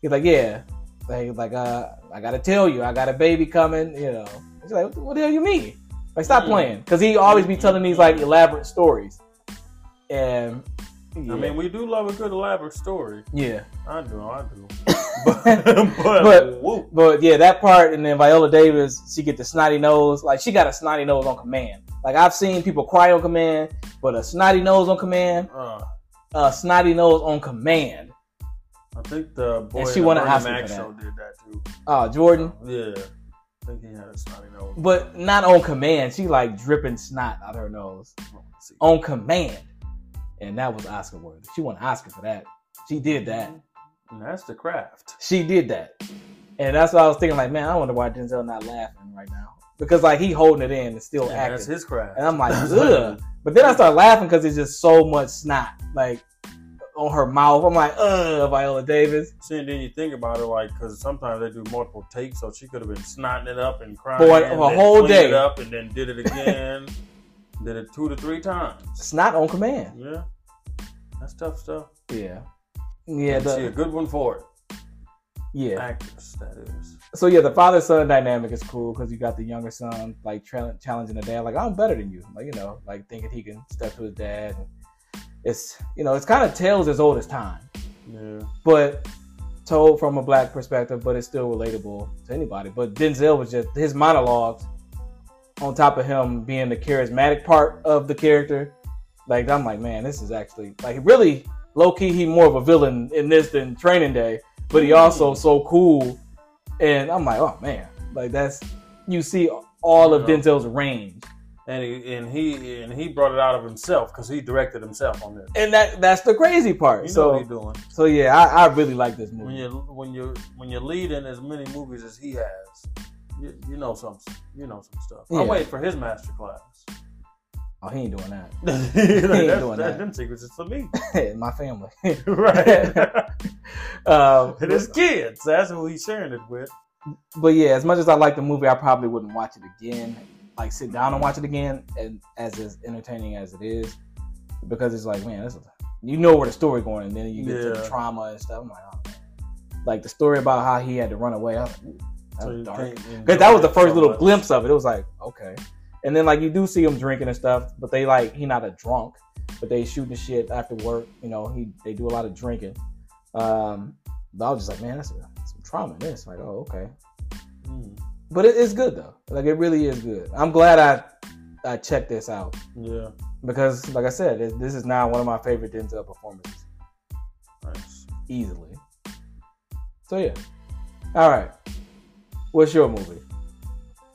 S1: he's like, yeah, like, he was like, uh, I gotta tell you, I got a baby coming, you know. He's like, what the, what the hell you mean? Like, stop
S2: Mm.
S1: playing, because he always be telling these like elaborate stories, and yeah,
S2: I mean, we do love a good elaborate story.
S1: yeah,
S2: I do, I do. but, but,
S1: But-
S2: whoop.
S1: but yeah, that part, and then Viola Davis, she get the snotty nose, like she got a snotty nose on command. Like I've seen people cry on command, but a snotty nose on command,
S2: Uh,
S1: a snotty nose on command.
S2: I think the boy
S1: And she
S2: in the
S1: won an
S2: Bernie
S1: Oscar
S2: Mac
S1: for that.
S2: show did that too. Uh,
S1: Oh, Jordan,
S2: Yeah, I think he had a snotty nose.
S1: but not on command. She like dripping snot out her nose.
S2: Let's see.
S1: on command. And that was Oscar worthy. She won an Oscar for that. She did that.
S2: And that's the craft.
S1: She did that. And that's why I was thinking, like, man, I wonder why Denzel not laughing right now. Because like he holding it in and still
S2: And
S1: acting.
S2: that's his craft.
S1: and I'm like, ugh. but then I start laughing because it's just so much snot, like on her mouth. I'm like, ugh, Viola Davis.
S2: See, and then you think about it, like, because sometimes they do multiple takes, so she could have been snotting it up and crying
S1: For a-
S2: and
S1: a
S2: then
S1: whole
S2: cleaned
S1: day.
S2: it up, and then did it again, did it two to three times.
S1: Snot on command.
S2: Yeah, that's tough stuff.
S1: Yeah. Yeah,
S2: And she a
S1: the,
S2: good one for it.
S1: yeah.
S2: Actress, that is.
S1: So yeah, the father son dynamic is cool because you got the younger son like tra- challenging the dad, like I'm better than you, like you know, like thinking he can step to his dad. And it's you know, it's kind of tales as old as time,
S2: Yeah.
S1: but told from a black perspective, but it's still relatable to anybody. But Denzel was just his monologues, on top of him being the charismatic part of the character. Like I'm like, man, this is actually like really low key. He more of a villain in this than Training Day, but he also
S2: Mm-hmm.
S1: so cool. And I'm like, oh man, like that's you see all of
S2: Yeah.
S1: Denzel's range,
S2: And he and he and he brought it out of himself because he directed himself on this.
S1: and that that's the crazy
S2: You
S1: part.
S2: know
S1: so Mm-hmm.
S2: what he's doing
S1: so yeah, I, I really like this
S2: when
S1: movie.
S2: you when you when you're leading as many movies as he has. You, you know some you know some stuff.
S1: Yeah.
S2: I wait for his master class.
S1: Oh, he ain't doing that.
S2: Like,
S1: ain't
S2: that's-
S1: doing
S2: that-
S1: that.
S2: Them secrets is for me,
S1: My family.
S2: right?
S1: Um,
S2: and his kids. That's who he's sharing it with.
S1: but yeah, as much as I like the movie, I probably wouldn't watch it again. Like sit down and watch it again, and as as entertaining as it is, because it's like, man, this is, you know where the story going, and then you get to the
S2: Yeah.
S1: trauma and stuff. I'm like, oh, man. like the story about how he had to run away. I was like, ooh, that
S2: So
S1: was
S2: you
S1: dark.
S2: can't enjoy
S1: Because that was the
S2: it
S1: first
S2: so
S1: little
S2: much.
S1: glimpse of it. It was like, okay. And then like you do see him drinking and stuff, but they like he not a drunk, but they shooting shit after work. You know, he they do a lot of drinking. Um, but I was just like, man, that's some trauma in this. Like, oh, okay.
S2: Mm,
S1: But it is good though. Like it really is good. I'm glad I I checked this out
S2: yeah,
S1: because like I said, this, this is now one of my favorite Denzel performances
S2: nice.
S1: easily. So yeah. All right. What's your movie?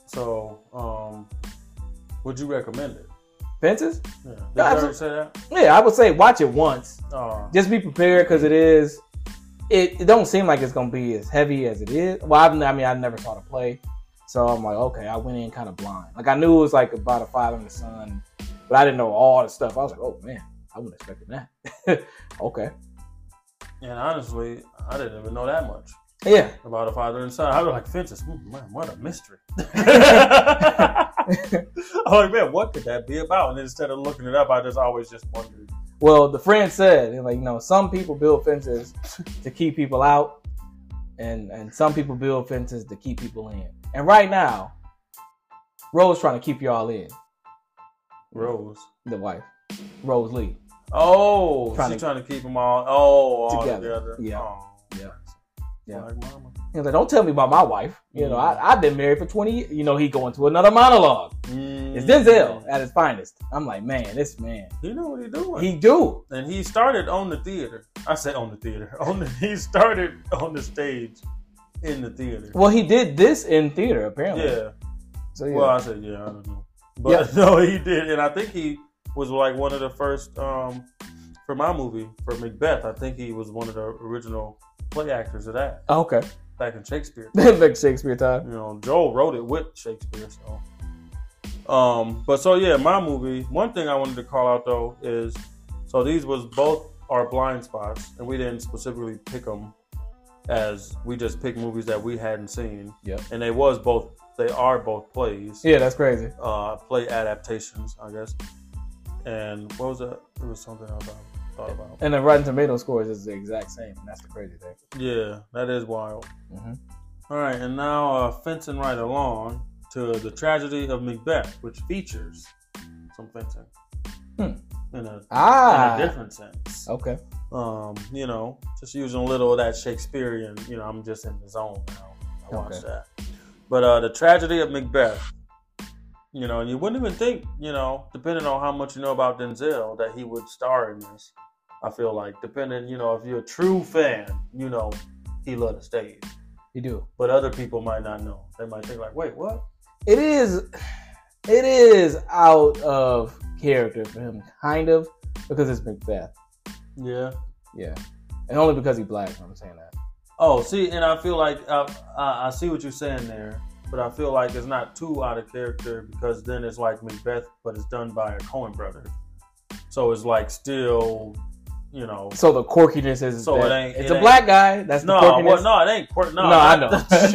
S2: So, um, would you recommend it?
S1: Fences?
S2: Yeah. Did
S1: No,
S2: you already
S1: absolutely.
S2: say that?
S1: Yeah, I would say watch it once.
S2: Oh,
S1: Just be prepared because it is. It, it don't seem like it's gonna be as heavy as it is. Well, I've, I mean, I never saw the play, so I'm like, okay, I went in kind of blind. Like I knew it was like about a five in the sun, but I didn't know all the stuff. I was like, oh man, I wasn't expecting that. okay,
S2: and honestly, I didn't even know that much
S1: yeah,
S2: about a father and son. I was like, fences, mm, man, what a mystery. I'm like, man, what could that be about? And instead of looking it up, I just always just wondered.
S1: Well, the friend said, like, you know, some people build fences to keep people out, and and some people build fences to keep people in. And right now, Rose trying to keep y'all in.
S2: Rose.
S1: The wife, Rose Lee.
S2: Oh,
S1: Trying
S2: trying she
S1: to-
S2: trying to keep them all. Oh, all
S1: Together.
S2: together.
S1: Yeah.
S2: Oh,
S1: Yeah. Yeah.
S2: Black mama.
S1: He was like, "Don't tell me about my wife. You know,
S2: Mhm.
S1: I, I've been married for twenty. years. You know, he going to another monologue. It's Denzel at his finest. I'm like, man, this man,
S2: Mm. He know what he doing.
S1: he do.
S2: and he started on the theater. I say on the theater. On the, he started on the stage in the theater.
S1: Well, he did this in theater apparently.
S2: yeah.
S1: So yeah,
S2: Well, I said yeah. I don't know, but no, he did, and I think he was like one of the first um, for my movie for Macbeth. I think he was one of the original play actors of that
S1: Oh, okay.
S2: back in Shakespeare.
S1: Back Shakespeare time.
S2: you know, Joel wrote it with Shakespeare, so. Um, but so yeah, my movie. One thing I wanted to call out though is, so these was both our blind spots, and we didn't specifically pick them, as we just picked movies that we hadn't seen.
S1: Yep.
S2: And they was both. They are both plays
S1: Yeah, that's crazy.
S2: uh, play adaptations, I guess. And what was that? It was something I thought, thought about.
S1: And the Rotten Tomato scores is the exact same. And that's the crazy thing.
S2: Yeah, that is wild.
S1: Mhm.
S2: All right, and now uh, fencing right along to the tragedy of Macbeth, which features some fencing in, a, in a
S1: Hmm. Ah,
S2: different sense.
S1: okay.
S2: Um, you know, just using a little of that Shakespearean. You know, I'm just in the zone now. I watch
S1: Okay.
S2: that. But uh, the tragedy of Macbeth. You know, and you wouldn't even think, you know, depending on how much you know about Denzel, that he would star in this. I feel like, depending, you know, if you're a true fan, you know, he loved the stage.
S1: You do.
S2: But other people might not know. They might think like, wait, what?
S1: It is. It is out of character for him, kind of, because it's Macbeth.
S2: Yeah.
S1: Yeah, and only because he's black. I'm saying that.
S2: Oh, see, and I feel like I, I, I see what you're saying there, but I feel like it's not too out of character because then it's like Macbeth, but it's done by a Cohen brother, so it's like still, you know,
S1: So the quirkiness is.
S2: So
S1: that-
S2: it ain't-
S1: It's
S2: it
S1: a
S2: ain't-
S1: black guy. That's
S2: no,
S1: the quirkiness.
S2: well, no, it ain't court. No,
S1: No, I know.
S2: You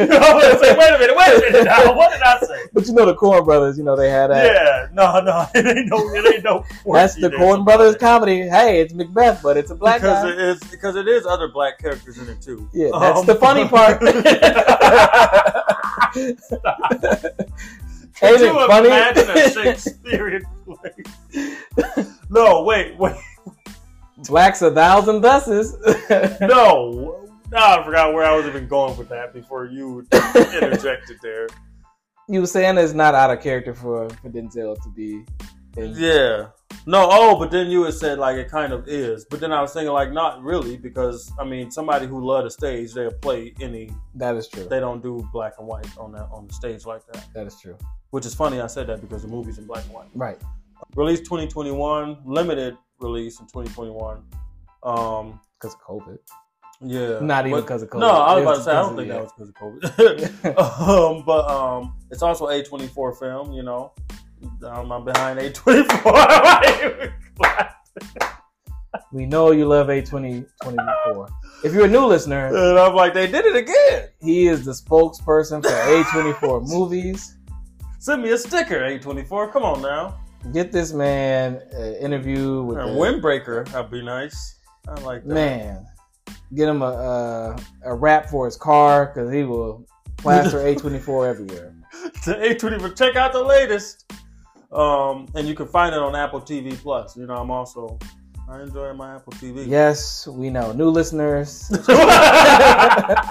S2: know what I'm saying? wait a minute, wait a minute. Now, what did I say?
S1: But you know the Corn Brothers. You know they had that.
S2: Yeah, no, no, it ain't no, it ain't no.
S1: That's
S2: quirky
S1: the
S2: there.
S1: Corn Brothers comedy. Hey, it's Macbeth, but it's a black
S2: because
S1: guy.
S2: it is because it is other black characters in it too. Um,
S1: Yeah, that's the funny part.
S2: Could
S1: Ain't
S2: you
S1: it funny?
S2: imagine a Shakespearean play? no, wait, wait,
S1: Blacks a thousand buses.
S2: no. Now I forgot where I was even going with that before you interjected there.
S1: you were saying it's not out of character for, for Denzel to be. in-
S2: Yeah. No, oh, but then you had said like it kind of is. But then I was thinking like not really because I mean somebody who loved the stage, they'll play any
S1: That is true.
S2: they don't do black and white on that on the stage like that.
S1: That is true.
S2: Which is funny I said that because the movie's in black and white.
S1: Right.
S2: Released twenty twenty one, limited release in twenty twenty one. Um
S1: Because of COVID.
S2: Yeah.
S1: Not even
S2: But-
S1: 'cause of COVID.
S2: No, I was
S1: It
S2: about
S1: was
S2: to say I don't think that
S1: because
S2: was because of COVID. um, but um, it's also a twenty four film. You know, um, I'm behind a twenty four.
S1: We know you love A2024. If you're a new listener,
S2: And I'm like, they did it again.
S1: he is the spokesperson for A24 movies.
S2: Send me a sticker, A24. Come on now.
S1: Get this man an interview with
S2: And
S1: the-
S2: windbreaker, that'd be nice. I like that.
S1: man. Get him a a, a wrap for his car because he will plaster A24 everywhere.
S2: to A24. Check out the latest. Um, and you can find it on Apple TV Plus. You know, I'm also I enjoy my Apple TV.
S1: Yes, we know new listeners.
S2: but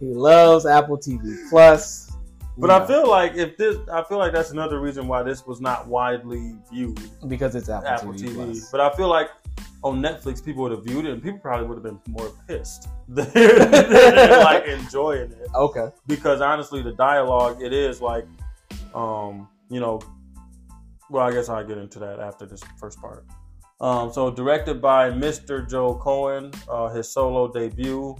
S1: he loves Apple TV Plus. We
S2: I
S1: know,
S2: feel like if this, I feel like that's another reason why this was not widely viewed
S1: because it's Apple,
S2: Apple
S1: TV,
S2: TV.
S1: Plus.
S2: But I feel like on Netflix, people would have viewed it, and people probably would have been more pissed than than, like enjoying it.
S1: Okay,
S2: because honestly, the dialogue it is like, um, you know, well, I guess I'll get into that after this first part. Um, so directed by Mr. Joe Cohen, uh, his solo debut.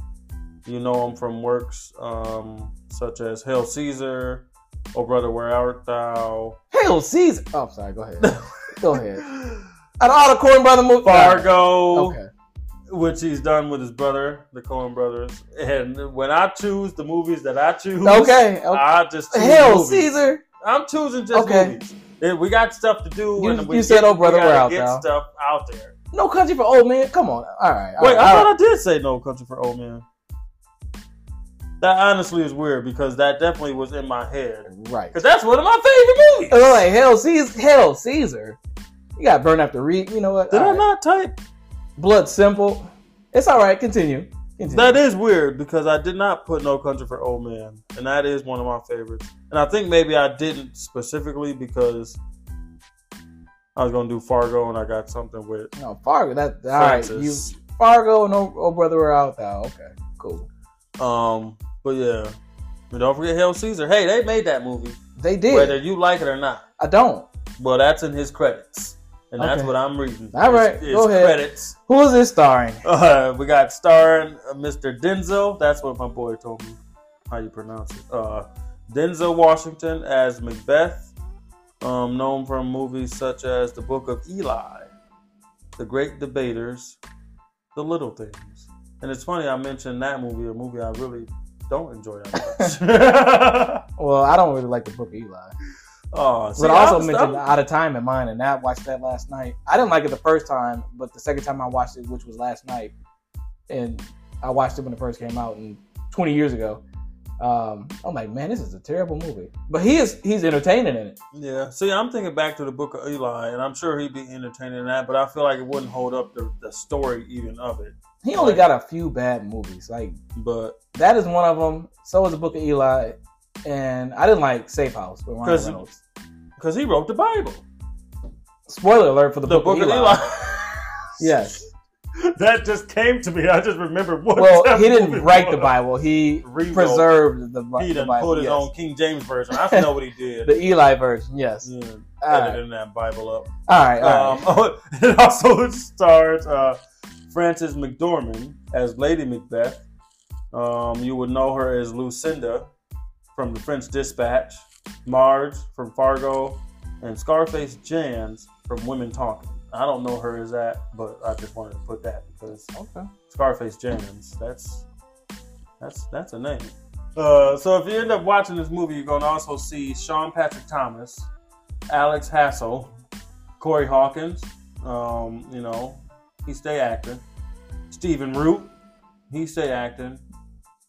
S2: You know him from works um, such as Hail Caesar, Oh Brother Where Art Thou,
S1: Hail Caesar. Oh, I'm sorry. Go ahead. go ahead. Out of all the Corn Brother movies,
S2: Fargo,
S1: Okay.
S2: which he's done with his brother, the Cohen brothers. And when I choose the movies that I choose,
S1: Okay. okay.
S2: I just choose
S1: Hail
S2: movies.
S1: Caesar.
S2: I'm choosing just
S1: Okay.
S2: movies. Yeah, We got stuff to do.
S1: You-
S2: and we
S1: you said,
S2: get-
S1: "Oh, brother,
S2: we gotta
S1: we're out
S2: get
S1: now."
S2: stuff out there.
S1: No country for old men. Come on. All right. all
S2: Wait,
S1: right,
S2: I
S1: all
S2: thought I did say No Country for Old Men. That honestly is weird because that definitely was in my head.
S1: right.
S2: Because that's one of my favorite
S1: And
S2: movies.
S1: I'm like, hell, Caesar, hell, Caesar. You got burned after read. You know what?
S2: Did
S1: All
S2: I
S1: right.
S2: not type?
S1: Blood simple. It's all right. Continue. Continue.
S2: That is weird because I did not put No Country for Old Men. And that is one of my favorites. And I think maybe I didn't specifically because I was going to do Fargo and I got something with
S1: no, Fargo. That all right. You
S2: Francis.
S1: Fargo and oh, oh brother we're out thou. Okay, cool.
S2: Um, but yeah, but don't forget Hail Caesar. Hey, they made that movie,
S1: They did.
S2: whether you like it or not.
S1: I don't.
S2: Well, that's in his credits, and that's
S1: Okay.
S2: what I'm reading.
S1: All right,
S2: it's,
S1: go ahead.
S2: credits.
S1: Who is this starring?
S2: Uh, we got starring uh, Mr. Denzel. That's what my boy told me. How you pronounce it? Uh, Denzel Washington as Macbeth, um, known from movies such as The Book of Eli, The Great Debaters, The Little Things. And it's funny I mentioned that movie, a movie I really don't enjoy that much.
S1: Well, I don't really like the book of Eli,
S2: oh, see,
S1: but I also
S2: was-
S1: mentioned Out of Time in mine, and I watched that last night. I didn't like it the first time, but the second time I watched it, which was last night, and I watched it when it first came out and 20 years ago. Um, I'm like, man, this is a terrible movie, but he is he's entertaining in it.
S2: Yeah. See, I'm thinking back to the Book of Eli, and I'm sure he'd be entertaining in that, but I feel like it wouldn't hold up the, the story even of it.
S1: He only
S2: Right.
S1: got a few bad movies, like
S2: But
S1: That is one of them. So is the Book of Eli, and I didn't like Safe House with Ryan
S2: 'Cause-
S1: Reynolds.
S2: Because he wrote the Bible,
S1: Spoiler alert for the,
S2: the, Book, of Eli.
S1: Yes.
S2: that just came to me. I just remembered what.
S1: Well,
S2: that
S1: he didn't
S2: movie
S1: write the
S2: was.
S1: Bible. He
S2: Rewrote.
S1: preserved the,
S2: He
S1: Bi- the
S2: done
S1: Bible.
S2: put his
S1: yes.
S2: own King James version. I know what he did.
S1: The Eli version. Yes.
S2: yeah,
S1: All right.
S2: editing that Bible up.
S1: All right. All
S2: Um, oh, it also stars uh, Frances McDormand as Lady Macbeth. Um, you would know her as Lucinda from The French Dispatch, Marge from Fargo, and Scarface Jans from Women Talking. I don't know her as that, but I just wanted to put that because
S1: right. Okay.
S2: Scarface Jams. That's that's that's a name. Uh, so if you end up watching this movie, you're gonna also see Sean Patrick Thomas, Alex Hassel, Corey Hawkins. Um, you know, he stay acting. Stephen Root, he stay acting,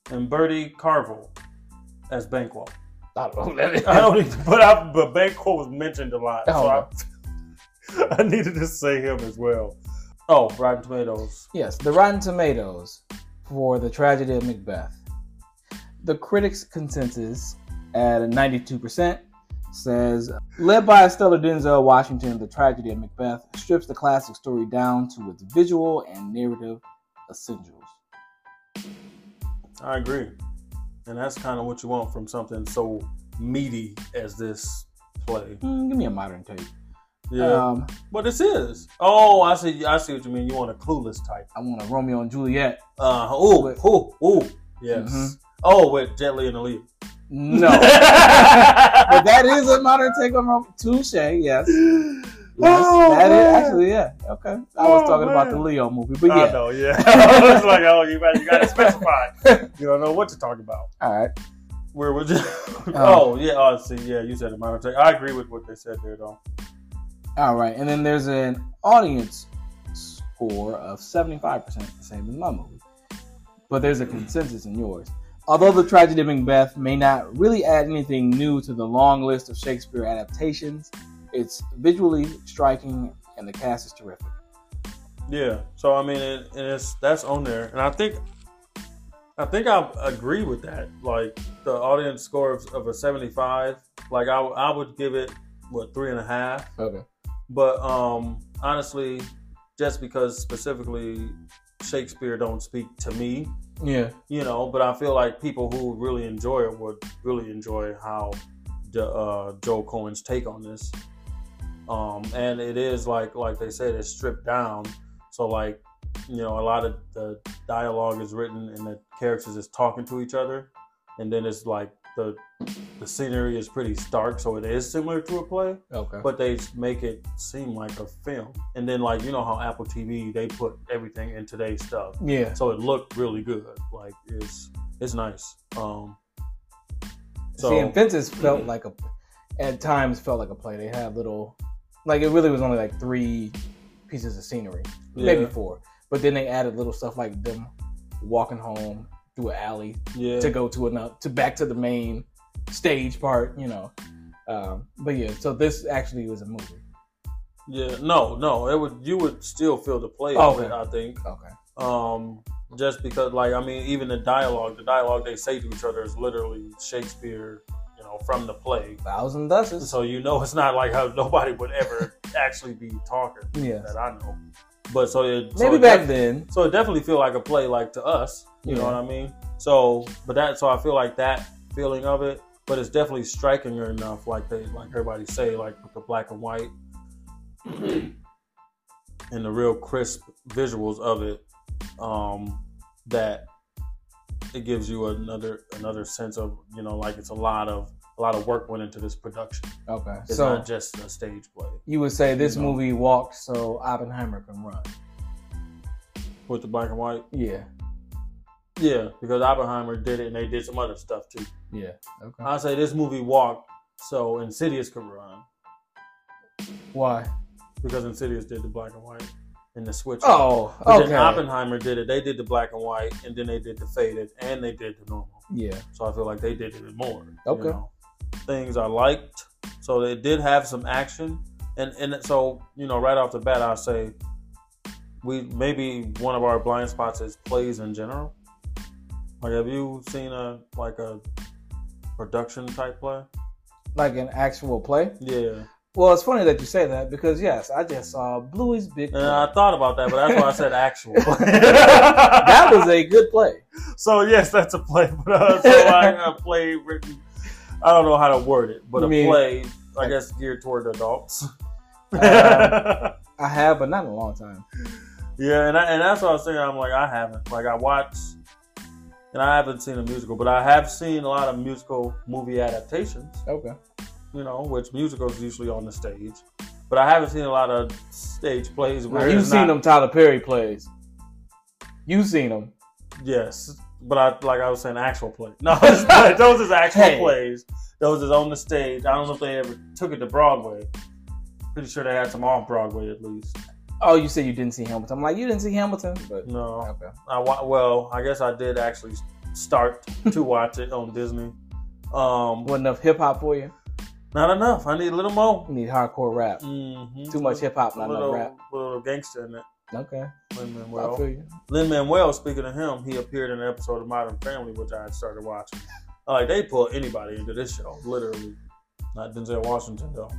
S2: and Bertie Carvel as Banquo.
S1: I don't know.
S2: I don't even, but I, but Banquo was mentioned a lot,
S1: Oh.
S2: so I, I needed to say him as well. Oh, Rotten Tomatoes.
S1: Yes, the Rotten Tomatoes for the tragedy of Macbeth. The critics' consensus at 92% says, led by stellar Denzel Washington, the tragedy of Macbeth strips the classic story down to its visual and narrative essentials.
S2: I agree. And that's kind of what you want from something so meaty as this play.
S1: Hmm, give me a modern take.
S2: Yeah.
S1: Um,
S2: but this is. Oh, I see I see what you mean. You want a clueless type.
S1: I want a Romeo and Juliet.
S2: Uh oh,
S1: With-
S2: oh, oh. Yes.
S1: Mhm.
S2: Oh, with Jet Li and Aaliyah.
S1: No. but that is a modern take on Romeo. Touche, yes. Yes,
S2: Oh,
S1: that is
S2: man.
S1: actually, yeah. Okay. I was
S2: Oh,
S1: talking about
S2: man.
S1: the Leo movie, but
S2: I
S1: yeah.
S2: know, yeah. I was like, oh, you got, you got to specify. You don't know what to talk about.
S1: All right.
S2: Where would you? oh yeah, oh, see, yeah, you said a minor attack. I agree with what they said there, though.
S1: All right. And then there's an audience score of 75%, the same as my movie. But there's a consensus in yours. Although the tragedy of Macbeth may not really add anything new to the long list of Shakespeare adaptations, it's visually striking and the cast is terrific.
S2: Yeah, so I mean, it, and it's that's on there, and I think, I think I agree with that. Like the audience score of, of a seventy-five, like I, w- I would give it what three and a half.
S1: Okay.
S2: But um, honestly, just because specifically Shakespeare don't speak to me,
S1: Yeah.
S2: you know. But I feel like people who really enjoy it would really enjoy how the, uh, Joe Cohen's take on this. Um, and it is like like they said, it's stripped down. So like you know, a lot of the dialogue is written and the characters is talking to each other, and then it's like the the scenery is pretty stark, so it is similar to a play
S1: Okay.
S2: but they make it seem like a film. And then like you know how Apple TV they put everything into their stuff,
S1: yeah.
S2: so it looked really good. Like it's it's nice. Um, so
S1: See, Invictus felt like a, at times felt like a play. They had little, like it really was only like three pieces of scenery, maybe
S2: Yeah.
S1: four. But then they added little stuff like them walking home through an alley
S2: yeah,
S1: to go to another to back to the main stage part, you know. Um, but yeah, so this actually was a movie.
S2: yeah, no, no, it would you would still feel the play.
S1: Oh,
S2: of it,
S1: okay.
S2: I think.
S1: Okay.
S2: Um, just because like I mean even the dialogue, the dialogue they say to each other is literally Shakespeare, you know, from the play.
S1: Thousand Duchess.
S2: So you know it's not like how nobody would ever actually be talking
S1: Yeah.
S2: that I know. But so it so
S1: Maybe
S2: it
S1: back
S2: def-
S1: then.
S2: So it definitely feel like a play, like to us. You know
S1: Yeah.
S2: what I mean? So, but that, so I feel like that feeling of it. But it's definitely striking enough, like they, like everybody say, like with the black and white and the real crisp visuals of it, um, that it gives you another another sense of you know, like it's a lot of a lot of work went into this production.
S1: Okay.
S2: It's
S1: so
S2: not just a stage play
S1: you would say this
S2: you know.
S1: movie walked so Oppenheimer can run.
S2: with the black and white.
S1: Yeah.
S2: Yeah, because Oppenheimer did it, and they did some other stuff too.
S1: Yeah. Okay.
S2: I say this movie walked so Insidious could run
S1: Why?
S2: because Insidious did the black and white and the switch.
S1: Oh,
S2: But then
S1: okay.
S2: Oppenheimer did it. They did the black and white, and then they did the faded, and they did the normal.
S1: yeah.
S2: So I feel like they did it more. you
S1: Okay.
S2: know. Things I liked. So it did have some action, and and so you know right off the bat I say we maybe one of our blind spots is plays in general. Like, have you seen a like a production type play?
S1: Like an actual play.
S2: Yeah.
S1: Well, it's funny that you say that because yes, I just saw Bluey's Big.
S2: And
S1: Play.
S2: Uh, I thought about that, but that's why I said actual. that
S1: that was a good play.
S2: so. Yes, that's a play. But uh, so like a play written. I don't know how to word it, but
S1: You
S2: a
S1: mean-
S2: play, I guess, geared toward adults.
S1: Um, I have, but not in a long time.
S2: yeah, and I, and that's what I was saying. I'm like, I haven't. Like, I watched, and I haven't seen a musical, but I have seen a lot of musical movie adaptations.
S1: Okay.
S2: You know, which musicals usually on the stage, but I haven't seen a lot of stage plays.
S1: Now,
S2: Where
S1: you've
S2: it's
S1: seen
S2: not-
S1: them Tyler Perry plays. You've seen them.
S2: Yes, but I like I was saying, actual play. No, it's not. those is actual
S1: Hey.
S2: plays. Those is on the stage. I don't know if they ever took it to Broadway. Pretty sure they had some off Broadway at least.
S1: Oh, you said you didn't see Hamilton. I'm like, you didn't see Hamilton, but
S2: No,
S1: okay.
S2: I wa- well, I guess I did actually start to watch it on Disney. Um,
S1: Wasn't enough hip hop for you.
S2: not enough. I need a little more.
S1: You need hardcore rap.
S2: hmm
S1: Too much hip hop,
S2: A
S1: not
S2: little,
S1: enough rap.
S2: little gangster in it.
S1: Okay,
S2: Lin
S1: I feel
S2: Manuel.
S1: you.
S2: Lin Manuel. Speaking of him, he appeared in an episode of Modern Family, which I had started watching. I'm Like they pull anybody into this show, literally. Not Denzel Washington though.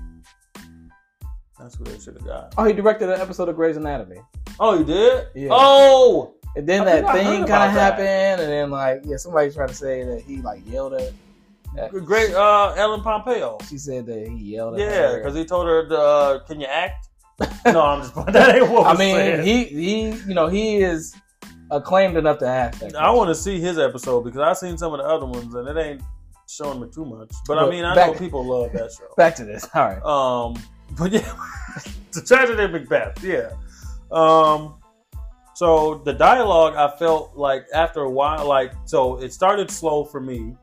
S2: That's who they should have got.
S1: Oh, he directed an episode of Grey's Anatomy,
S2: Oh, you did?
S1: Yeah.
S2: Oh,
S1: and then
S2: I
S1: that
S2: think I
S1: thing
S2: heard
S1: kind
S2: about
S1: of
S2: that.
S1: happened, and then like, yeah, somebody tried to say that he like yelled at. at
S2: great. Uh, Ellen Pompeo.
S1: She said that he yelled at
S2: Yeah,
S1: her.
S2: because he told her, to, uh, "Can you act?" no, I'm just. That ain't what
S1: I
S2: was said.
S1: mean, he he you know he is acclaimed enough to ask that.
S2: I want to see his episode because I've seen some of the other ones and it ain't showing me too much. But I
S1: But
S2: mean, I
S1: back-
S2: know people love that show.
S1: Back to this. All right.
S2: Um, But yeah, the tragedy of Macbeth. Yeah. Um, so the dialogue, I felt like after a while, like so it started slow for me,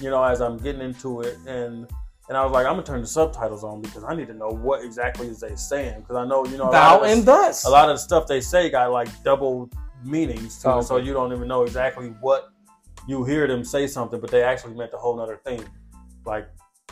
S2: you know, as I'm getting into it, and and I was like, I'm gonna turn the subtitles on because I need to know what exactly is they saying because I know you know a lot,
S1: Thou
S2: of,
S1: and
S2: the,
S1: thus.
S2: a lot of the stuff they say got like double meanings to
S1: Oh,
S2: it, so
S1: okay.
S2: you don't even know exactly what you hear them say something, but they actually meant a whole other thing, like.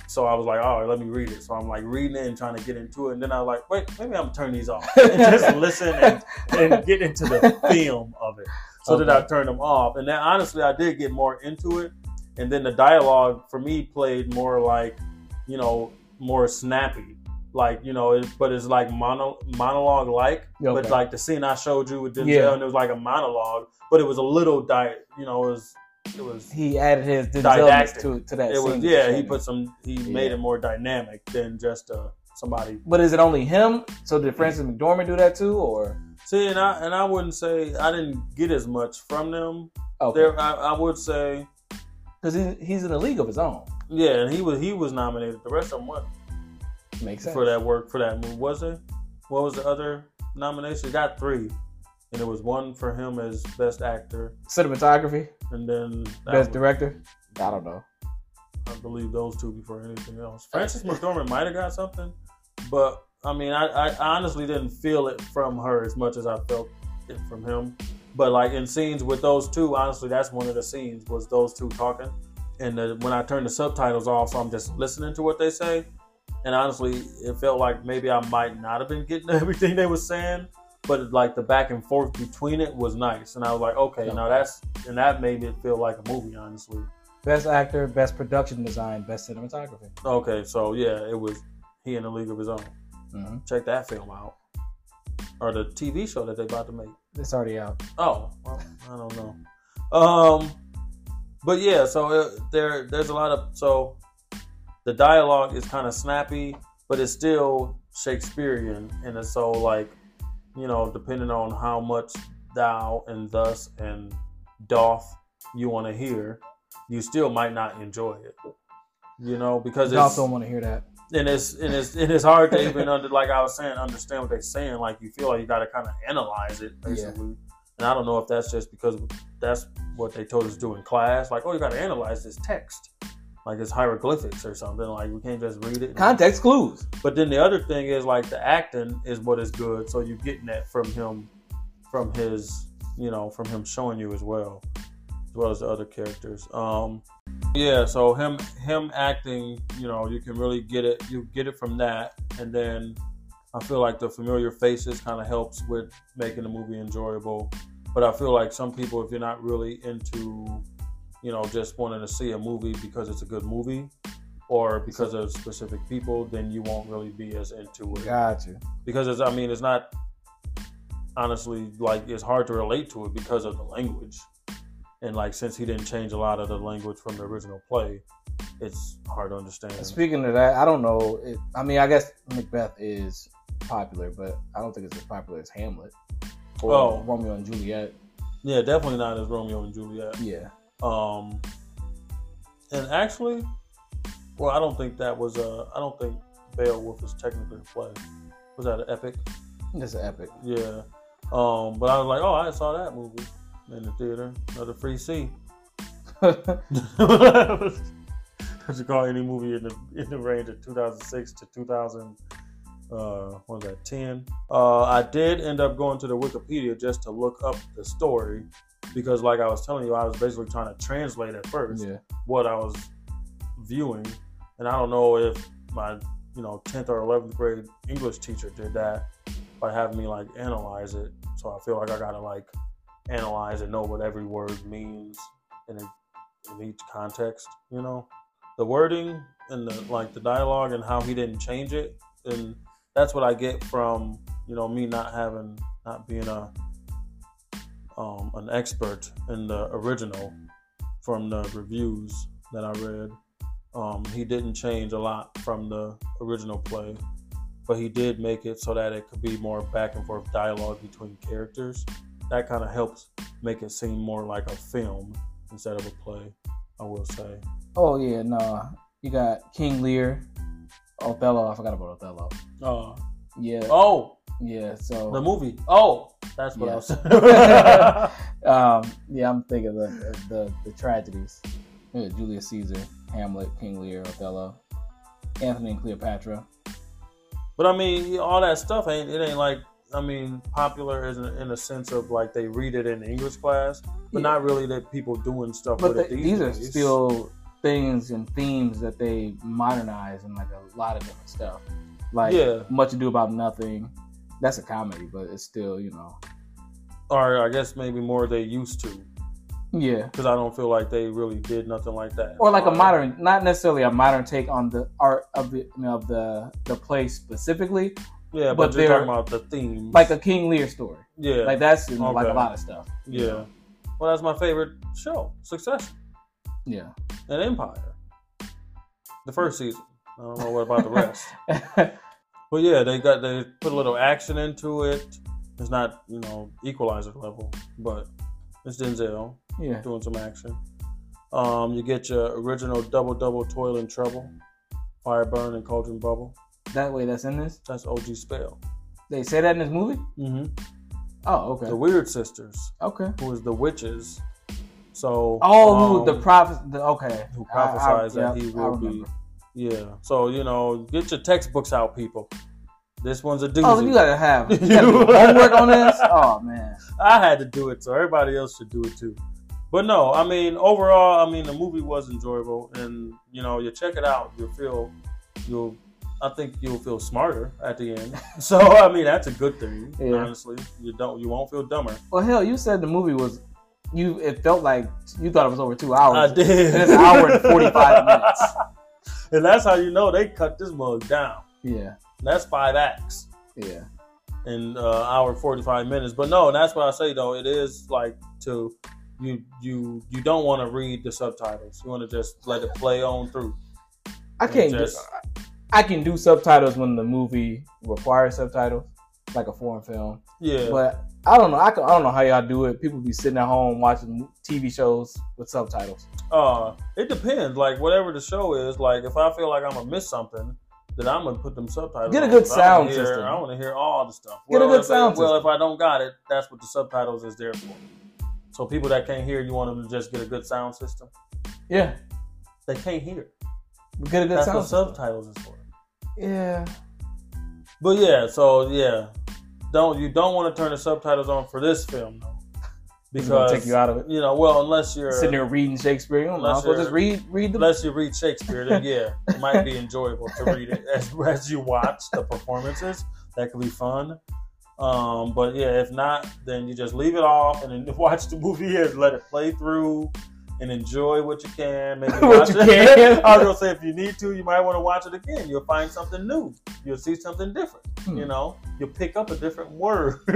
S2: So I was like, all right, let me read it. So I'm like reading it and trying to get into it. And then I was like, wait, maybe I'm gonna turn these off and just listen and and get into the film of it. So that I turned them off. And then honestly, I did get more into it. And then the dialogue for me played more like, you know, more snappy. Like, you know, it, but it's like mono, monologue like. But
S1: Okay.
S2: like the scene I showed you with Denzel,
S1: Yeah.
S2: and it was like a monologue, but it was a little, di- you know, it was, it was
S1: he added his Denzelness
S2: Didactic.
S1: to to that.
S2: it was
S1: scene
S2: yeah
S1: that
S2: he
S1: you
S2: put some he made
S1: Yeah.
S2: it more dynamic than just uh somebody
S1: But is it only him? So did Francis McDormand do that too, or
S2: see and i and i wouldn't say i didn't get as much from them
S1: oh,
S2: there i, I would say
S1: because he, he's in a league of his own.
S2: yeah and he was he was nominated the rest of them went
S1: Makes sense.
S2: for that work for that movie was it what was the other nomination He got three and it was one for him as best actor
S1: Cinematography,
S2: and then that
S1: best
S2: was-
S1: director. I don't know.
S2: I believe those two before anything else. Frances McDormand might have got something, but I mean, I, I honestly didn't feel it from her as much as I felt it from him. But like in scenes with those two, honestly, that's one of the scenes was those two talking. And the, when I turned the subtitles off, so I'm just listening to what they say. And honestly, it felt like maybe I might not have been getting everything they were saying, but like the back and forth between it was nice. And I was like, okay, now that's and that made it feel like a movie, honestly.
S1: Best actor, best production design, best cinematography.
S2: Okay, so yeah, it was he in the league of his own.
S1: Mhm.
S2: Check that film out, or the TV show that they about to make.
S1: It's already out.
S2: Oh, well, I don't know. Um, but yeah, so it, there, there's a lot of so the dialogue is kind of snappy, but it's still Shakespearean, and it's so like, you know, depending on how much thou and thus and doth you want to hear, you still might not enjoy it. You know, because
S1: Y'all
S2: it's
S1: don't want to hear that.
S2: and it's and it's and it's hard to even under like I was saying understand what they're saying. Like you feel like you got to kind of analyze it basically. And I don't know if that's just because that's what they told us to do in class. Like, oh, you got to analyze this text, like it's hieroglyphics or something. Like we can't just read it. and-
S1: Context clues.
S2: But then the other thing is like the acting is what is good. So you're getting that from him, from his, you know, from him showing you as well, as well as the other characters. Um, yeah. So him him acting, you know, you can really get it. You get it from that, and then I feel like the familiar faces kind of helps with making the movie enjoyable. But I feel like some people, if you're not really into, you know, just wanting to see a movie because it's a good movie or because of specific people, then you won't really be as into it.
S1: Got you.
S2: Because it's, I mean, it's not honestly like it's hard to relate to it because of the language. And like, since he didn't change a lot of the language from the original play, it's hard to understand.
S1: Speaking of that, I don't know. If, I mean, I guess Macbeth is popular, but I don't think it's as popular as Hamlet or
S2: Oh.
S1: Romeo and Juliet.
S2: Yeah, definitely not as Romeo and Juliet.
S1: Yeah.
S2: Um, and actually, well, I don't think that was a. I don't think Beowulf is technically a play. Was that an epic?
S1: It's an epic.
S2: Yeah. Um, but I was like, oh, I saw that movie in the theater. Another free C. That's you call any movie in the in the range of 2006 to 2000. Uh, what was that 10? Uh, I did end up going to the Wikipedia just to look up the story because, like I was telling you, I was basically trying to translate at first
S1: yeah.
S2: what I was viewing, and I don't know if my you know tenth or eleventh grade English teacher did that by having me like analyze it. So I feel like I gotta like analyze and know what every word means in, a, in each context. You know, the wording and the like the dialogue and how he didn't change it, and that's what I get from you know me not having not being a um, an expert in the original from the reviews that I read. Um, he didn't change a lot from the original play, but he did make it so that it could be more back and forth dialogue between characters. That kind of helps make it seem more like a film instead of a play, I will say.
S1: Oh yeah, no. You got King Lear. Othello. I forgot about Othello.
S2: Uh,
S1: Yeah,
S2: oh,
S1: yeah.
S2: the
S1: So
S2: movie. Oh, that's what I was
S1: Yeah. um, yeah, I'm thinking of the of the, the tragedies. Yeah, Julius Caesar, Hamlet, King Lear, Othello, Anthony and Cleopatra.
S2: but I mean, all that stuff ain't. It ain't like. I mean, popular is in, in a sense of like they read it in English class, but
S1: Yeah.
S2: not really that people doing stuff
S1: But
S2: with it
S1: the, these are
S2: days.
S1: still things and themes that they modernize in like a lot of different stuff. Like
S2: yeah,
S1: Much Ado About Nothing. That's a comedy, but it's still you know.
S2: or I guess maybe more they used to,
S1: Yeah.
S2: because I don't feel like they really did nothing like that.
S1: Or like a
S2: Uh,
S1: modern, not necessarily a modern take on the art of the you know, of the the play specifically,
S2: Yeah,
S1: but
S2: but, you're
S1: they're-
S2: talking about the theme,
S1: like a King Lear story.
S2: yeah,
S1: Like that's in, like a
S2: Okay.
S1: lot of stuff.
S2: yeah. Well, that's my favorite show, Succession
S1: Yeah.
S2: and Empire. The first season. I don't know what about the rest. But yeah, they got they put a little action into it. It's not you know equalizer level, but it's Denzel
S1: yeah.
S2: doing some action. Um, you get your original double double toil and trouble, fire burn and cauldron bubble.
S1: That way that's in this.
S2: That's OG spell.
S1: They say that in this movie?
S2: Mm-hmm.
S1: Oh, okay.
S2: The Weird Sisters,
S1: Okay.
S2: who is the witches. So
S1: Oh, who
S2: um,
S1: the prophet the okay.
S2: who
S1: I- I-
S2: prophesies that
S1: yeah,
S2: he
S1: I
S2: will be.
S1: remember.
S2: Yeah. So you know, get your textbooks out, people. This one's a doozy.
S1: Oh, you gotta have you
S2: You-
S1: gotta do homework on this? Oh man.
S2: I had to do it, so everybody else should do it too. But no, I mean, overall, I mean, the movie was enjoyable, and you know, you check it out, you'll feel, you'll, I think you'll feel smarter at the end. So I mean, that's a good thing,
S1: Yeah.
S2: honestly. You don't, you won't feel dumber.
S1: Well hell, you said the movie was you it felt like you thought it was over two hours.
S2: I did.
S1: And Oh, it's an hour and 45 minutes.
S2: and that's how you know they cut this mug down.
S1: Yeah,
S2: That's five acts.
S1: yeah.
S2: in uh, hour and 45 minutes but no that's what i say though it is like to you you you don't want to read the subtitles you want to just let it play on through
S1: I can't
S2: just-
S1: do I can do subtitles when the movie requires subtitles, like a foreign film.
S2: yeah
S1: But I don't know. I, can, I don't know how y'all do it. People be sitting at home watching TV shows with subtitles.
S2: uh it depends like whatever the show is like if i feel like i'm gonna miss something then i'm gonna put them subtitles
S1: Get a
S2: on,
S1: good
S2: 'cause I
S1: sound
S2: wanna hear-
S1: system.
S2: i want to hear all the stuff
S1: Get a
S2: Well,
S1: good
S2: if I-
S1: sound
S2: well if
S1: system.
S2: i don't got it that's what the subtitles is there for so people that can't hear you want them to just get a good sound system
S1: Yeah,
S2: they can't hear
S1: get a good
S2: that's
S1: sound.
S2: what
S1: system.
S2: subtitles is for
S1: Yeah,
S2: But yeah, so yeah, don't you don't want to turn the subtitles on for this film though,
S1: it's gonna
S2: because
S1: take you out of it.
S2: you know, well, unless you're
S1: Sitting there reading Shakespeare, you don't know.
S2: Unless
S1: I'll just
S2: you're-
S1: read read the.
S2: unless you read Shakespeare, then yeah, it might be enjoyable to read it as as you watch the performances. That could be fun. Um, but yeah, if not, then you just leave it off and then watch the movie and let it play through and enjoy what you can. Maybe
S1: What
S2: watch
S1: you
S2: it.
S1: can.
S2: I was gonna say if you need to, you might want to watch it again. You'll find something new. You'll see something different.
S1: Hmm.
S2: You know, you'll pick up a different word.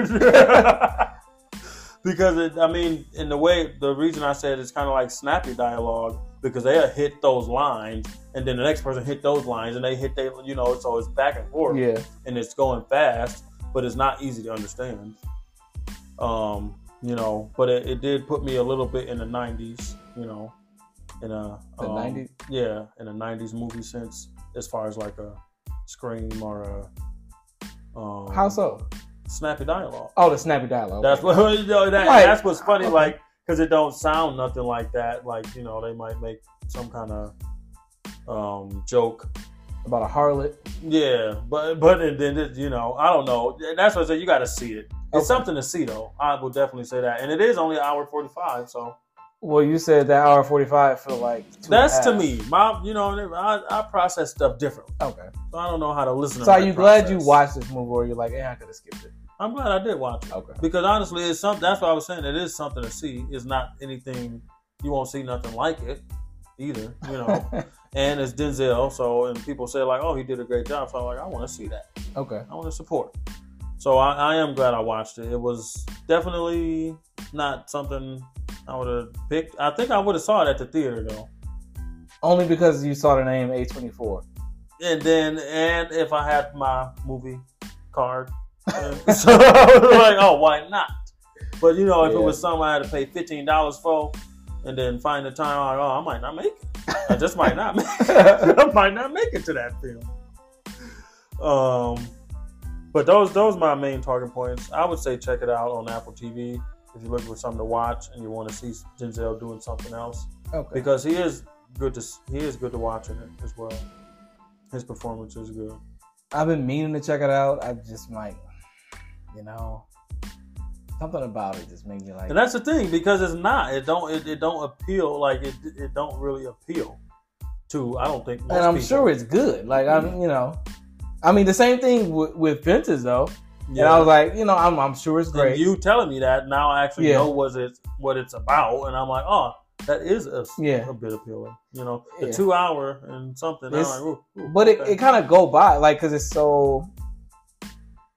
S2: because it, I mean, in the way, the reason I said it's kind of like snappy dialogue because they'll hit those lines and then the next person hit those lines and they hit they, you know, so it's back and forth
S1: Yeah,
S2: and it's going fast, but it's not easy to understand. Um, you know, but it, it did put me a little bit in the '90s, you know, in a
S1: The
S2: um,
S1: 90s?
S2: yeah, in a '90s movie sense, as far as like a scream or a um,
S1: how so?
S2: snappy dialogue.
S1: Oh, the snappy dialogue.
S2: That's what you know, that,
S1: Like-
S2: that's what's funny, like because it don't sound nothing like that. Like you know, they might make some kind of um, joke
S1: about a harlot.
S2: yeah, but but and then it, you know I don't know. And That's what I said. You got to see it.
S1: Okay.
S2: It's something to see though. I will definitely say that. And it is only an hour forty five, so
S1: Well, you said that hour forty five for like. two and a
S2: that's to
S1: half.
S2: me. My you know I, I process stuff differently.
S1: Okay.
S2: So I don't know how to listen.
S1: So
S2: to
S1: are
S2: my
S1: you glad you
S2: process.
S1: watched this movie, or you're like, yeah, I could have skipped it?
S2: I'm glad I did watch it
S1: Okay.
S2: because honestly, it's something. That's what I was saying. It is something to see. It's not anything. You won't see nothing like it either. You know. and it's Denzel, so and people say like, oh, he did a great job. So I'm like, I want to see that.
S1: okay.
S2: I want to support. So I, I am glad I watched it. It was definitely not something I would have picked. I think I would have saw it at the theater though.
S1: Only because you saw the name A twenty four.
S2: And then and if I had my movie card, Uh, so like oh why not? But you know if it
S1: Yeah.
S2: was something I had to pay fifteen dollars for, and then find the time like oh I might not make it. I just might not. Make it. I might not make it to that film. Um, but those those are my main target points. I would say check it out on Apple TV if you're looking for something to watch and you want to see Denzel doing something else
S1: Okay.
S2: because he is good to he is good to watch in it as well. His performance is good.
S1: I've been meaning to check it out. I just might, you know, something about it just made me like.
S2: And that's the thing because it's not. It don't. It, it don't appeal. Like it. It don't really appeal to. I don't think. Most
S1: and I'm
S2: people. Mm.
S1: sure it's good. Like I'm, you know, I mean the same thing with, with Fences though.
S2: Yeah.
S1: And I was like, you know, I'm, I'm sure it's
S2: And
S1: great.
S2: you telling me that now, I actually
S1: Yeah.
S2: know what it's what it's about, and I'm like, oh, that is a,
S1: Yeah.
S2: a bit appealing. You know, the
S1: Yeah.
S2: two hour and something. I'm
S1: It's-
S2: like, ooh, ooh,
S1: but it,
S2: okay.
S1: it kind of go by like because it's so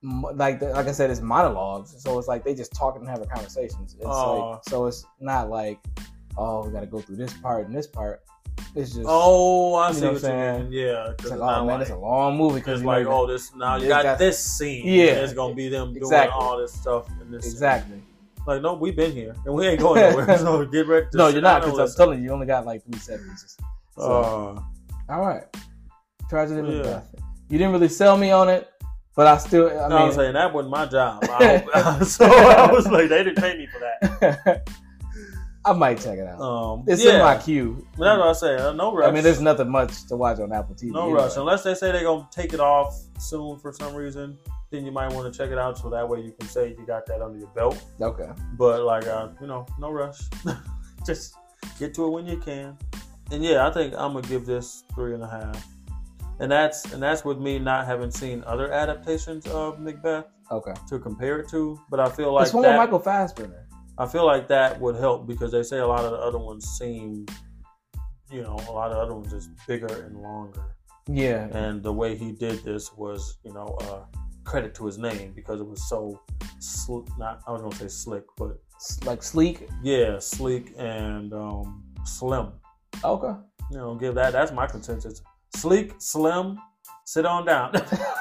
S1: mo- like the, like I said, it's monologues. So it's like they just talking and having conversations. It's
S2: Aw.
S1: like so it's not like oh we got to go through this part and this part. It's just
S2: Oh, I
S1: you
S2: see
S1: know
S2: what,
S1: what I'm
S2: you mean. Yeah, 'cause
S1: it's
S2: it's
S1: like,
S2: not
S1: oh man,
S2: like,
S1: it's a long movie because
S2: it's like, oh, this now you
S1: you
S2: got,
S1: got-
S2: this scene.
S1: Yeah.
S2: and it's gonna be them
S1: Exactly.
S2: doing all this stuff in this. scene.
S1: exactly.
S2: Like, no, we've been here and we ain't going nowhere. so get ready. To
S1: No, you're not because I'm
S2: because
S1: telling you, you only got like three seconds.
S2: uh,
S1: All right, Tragedy of
S2: Yeah.
S1: Macbeth. You didn't really sell me on it, but I still. I
S2: no, I'm
S1: mean,
S2: saying that wasn't my job. I, so I was like, they didn't pay me for that.
S1: I might check it out.
S2: Um,
S1: it's
S2: yeah,
S1: in my queue.
S2: but that's what I say. uh, No rush.
S1: I mean, there's nothing much to watch on Apple TV.
S2: no
S1: anyway.
S2: rush unless they say they're gonna take it off soon for some reason. Then you might want to check it out so that way you can say you got that under your belt.
S1: Okay.
S2: But like, uh, you know, no rush. Just get to it when you can. And yeah, I think I'm gonna give this three and a half. And that's and that's with me not having seen other adaptations of Macbeth
S1: Okay.
S2: to compare it to. But I feel like
S1: it's one
S2: that,
S1: with Michael Fassbender.
S2: I feel like that would help because they say a lot of the other ones seem, you know, a lot of other ones is bigger and longer.
S1: Yeah.
S2: And the way he did this was, you know, uh, credit to his name because it was so sl- not I was gonna say slick, but
S1: S- Like sleek.
S2: yeah, sleek and um, slim.
S1: Okay.
S2: You know, give that. That's my consensus. Sleek, slim, sit on down.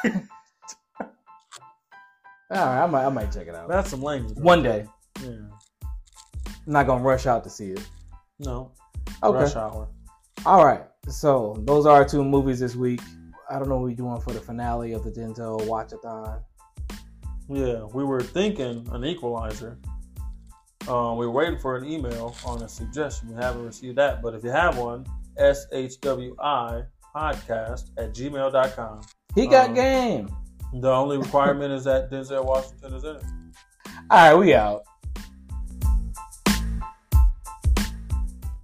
S1: All right. I might. I might check it out.
S2: that's some language. right
S1: One day.
S2: there. Yeah.
S1: I'm not gonna rush out to see it.
S2: No.
S1: Okay.
S2: Rush hour.
S1: All right. So those are our two movies this week. I don't know what we're doing for the finale of the Denzel Watchathon.
S2: Yeah, we were thinking an equalizer. Um, we were waiting for an email on a suggestion. We haven't received that, but if you have one, SHWI podcast at gmail.com.
S1: He got
S2: Um,
S1: game.
S2: The only requirement is that Denzel Washington is in it.
S1: All right. We out.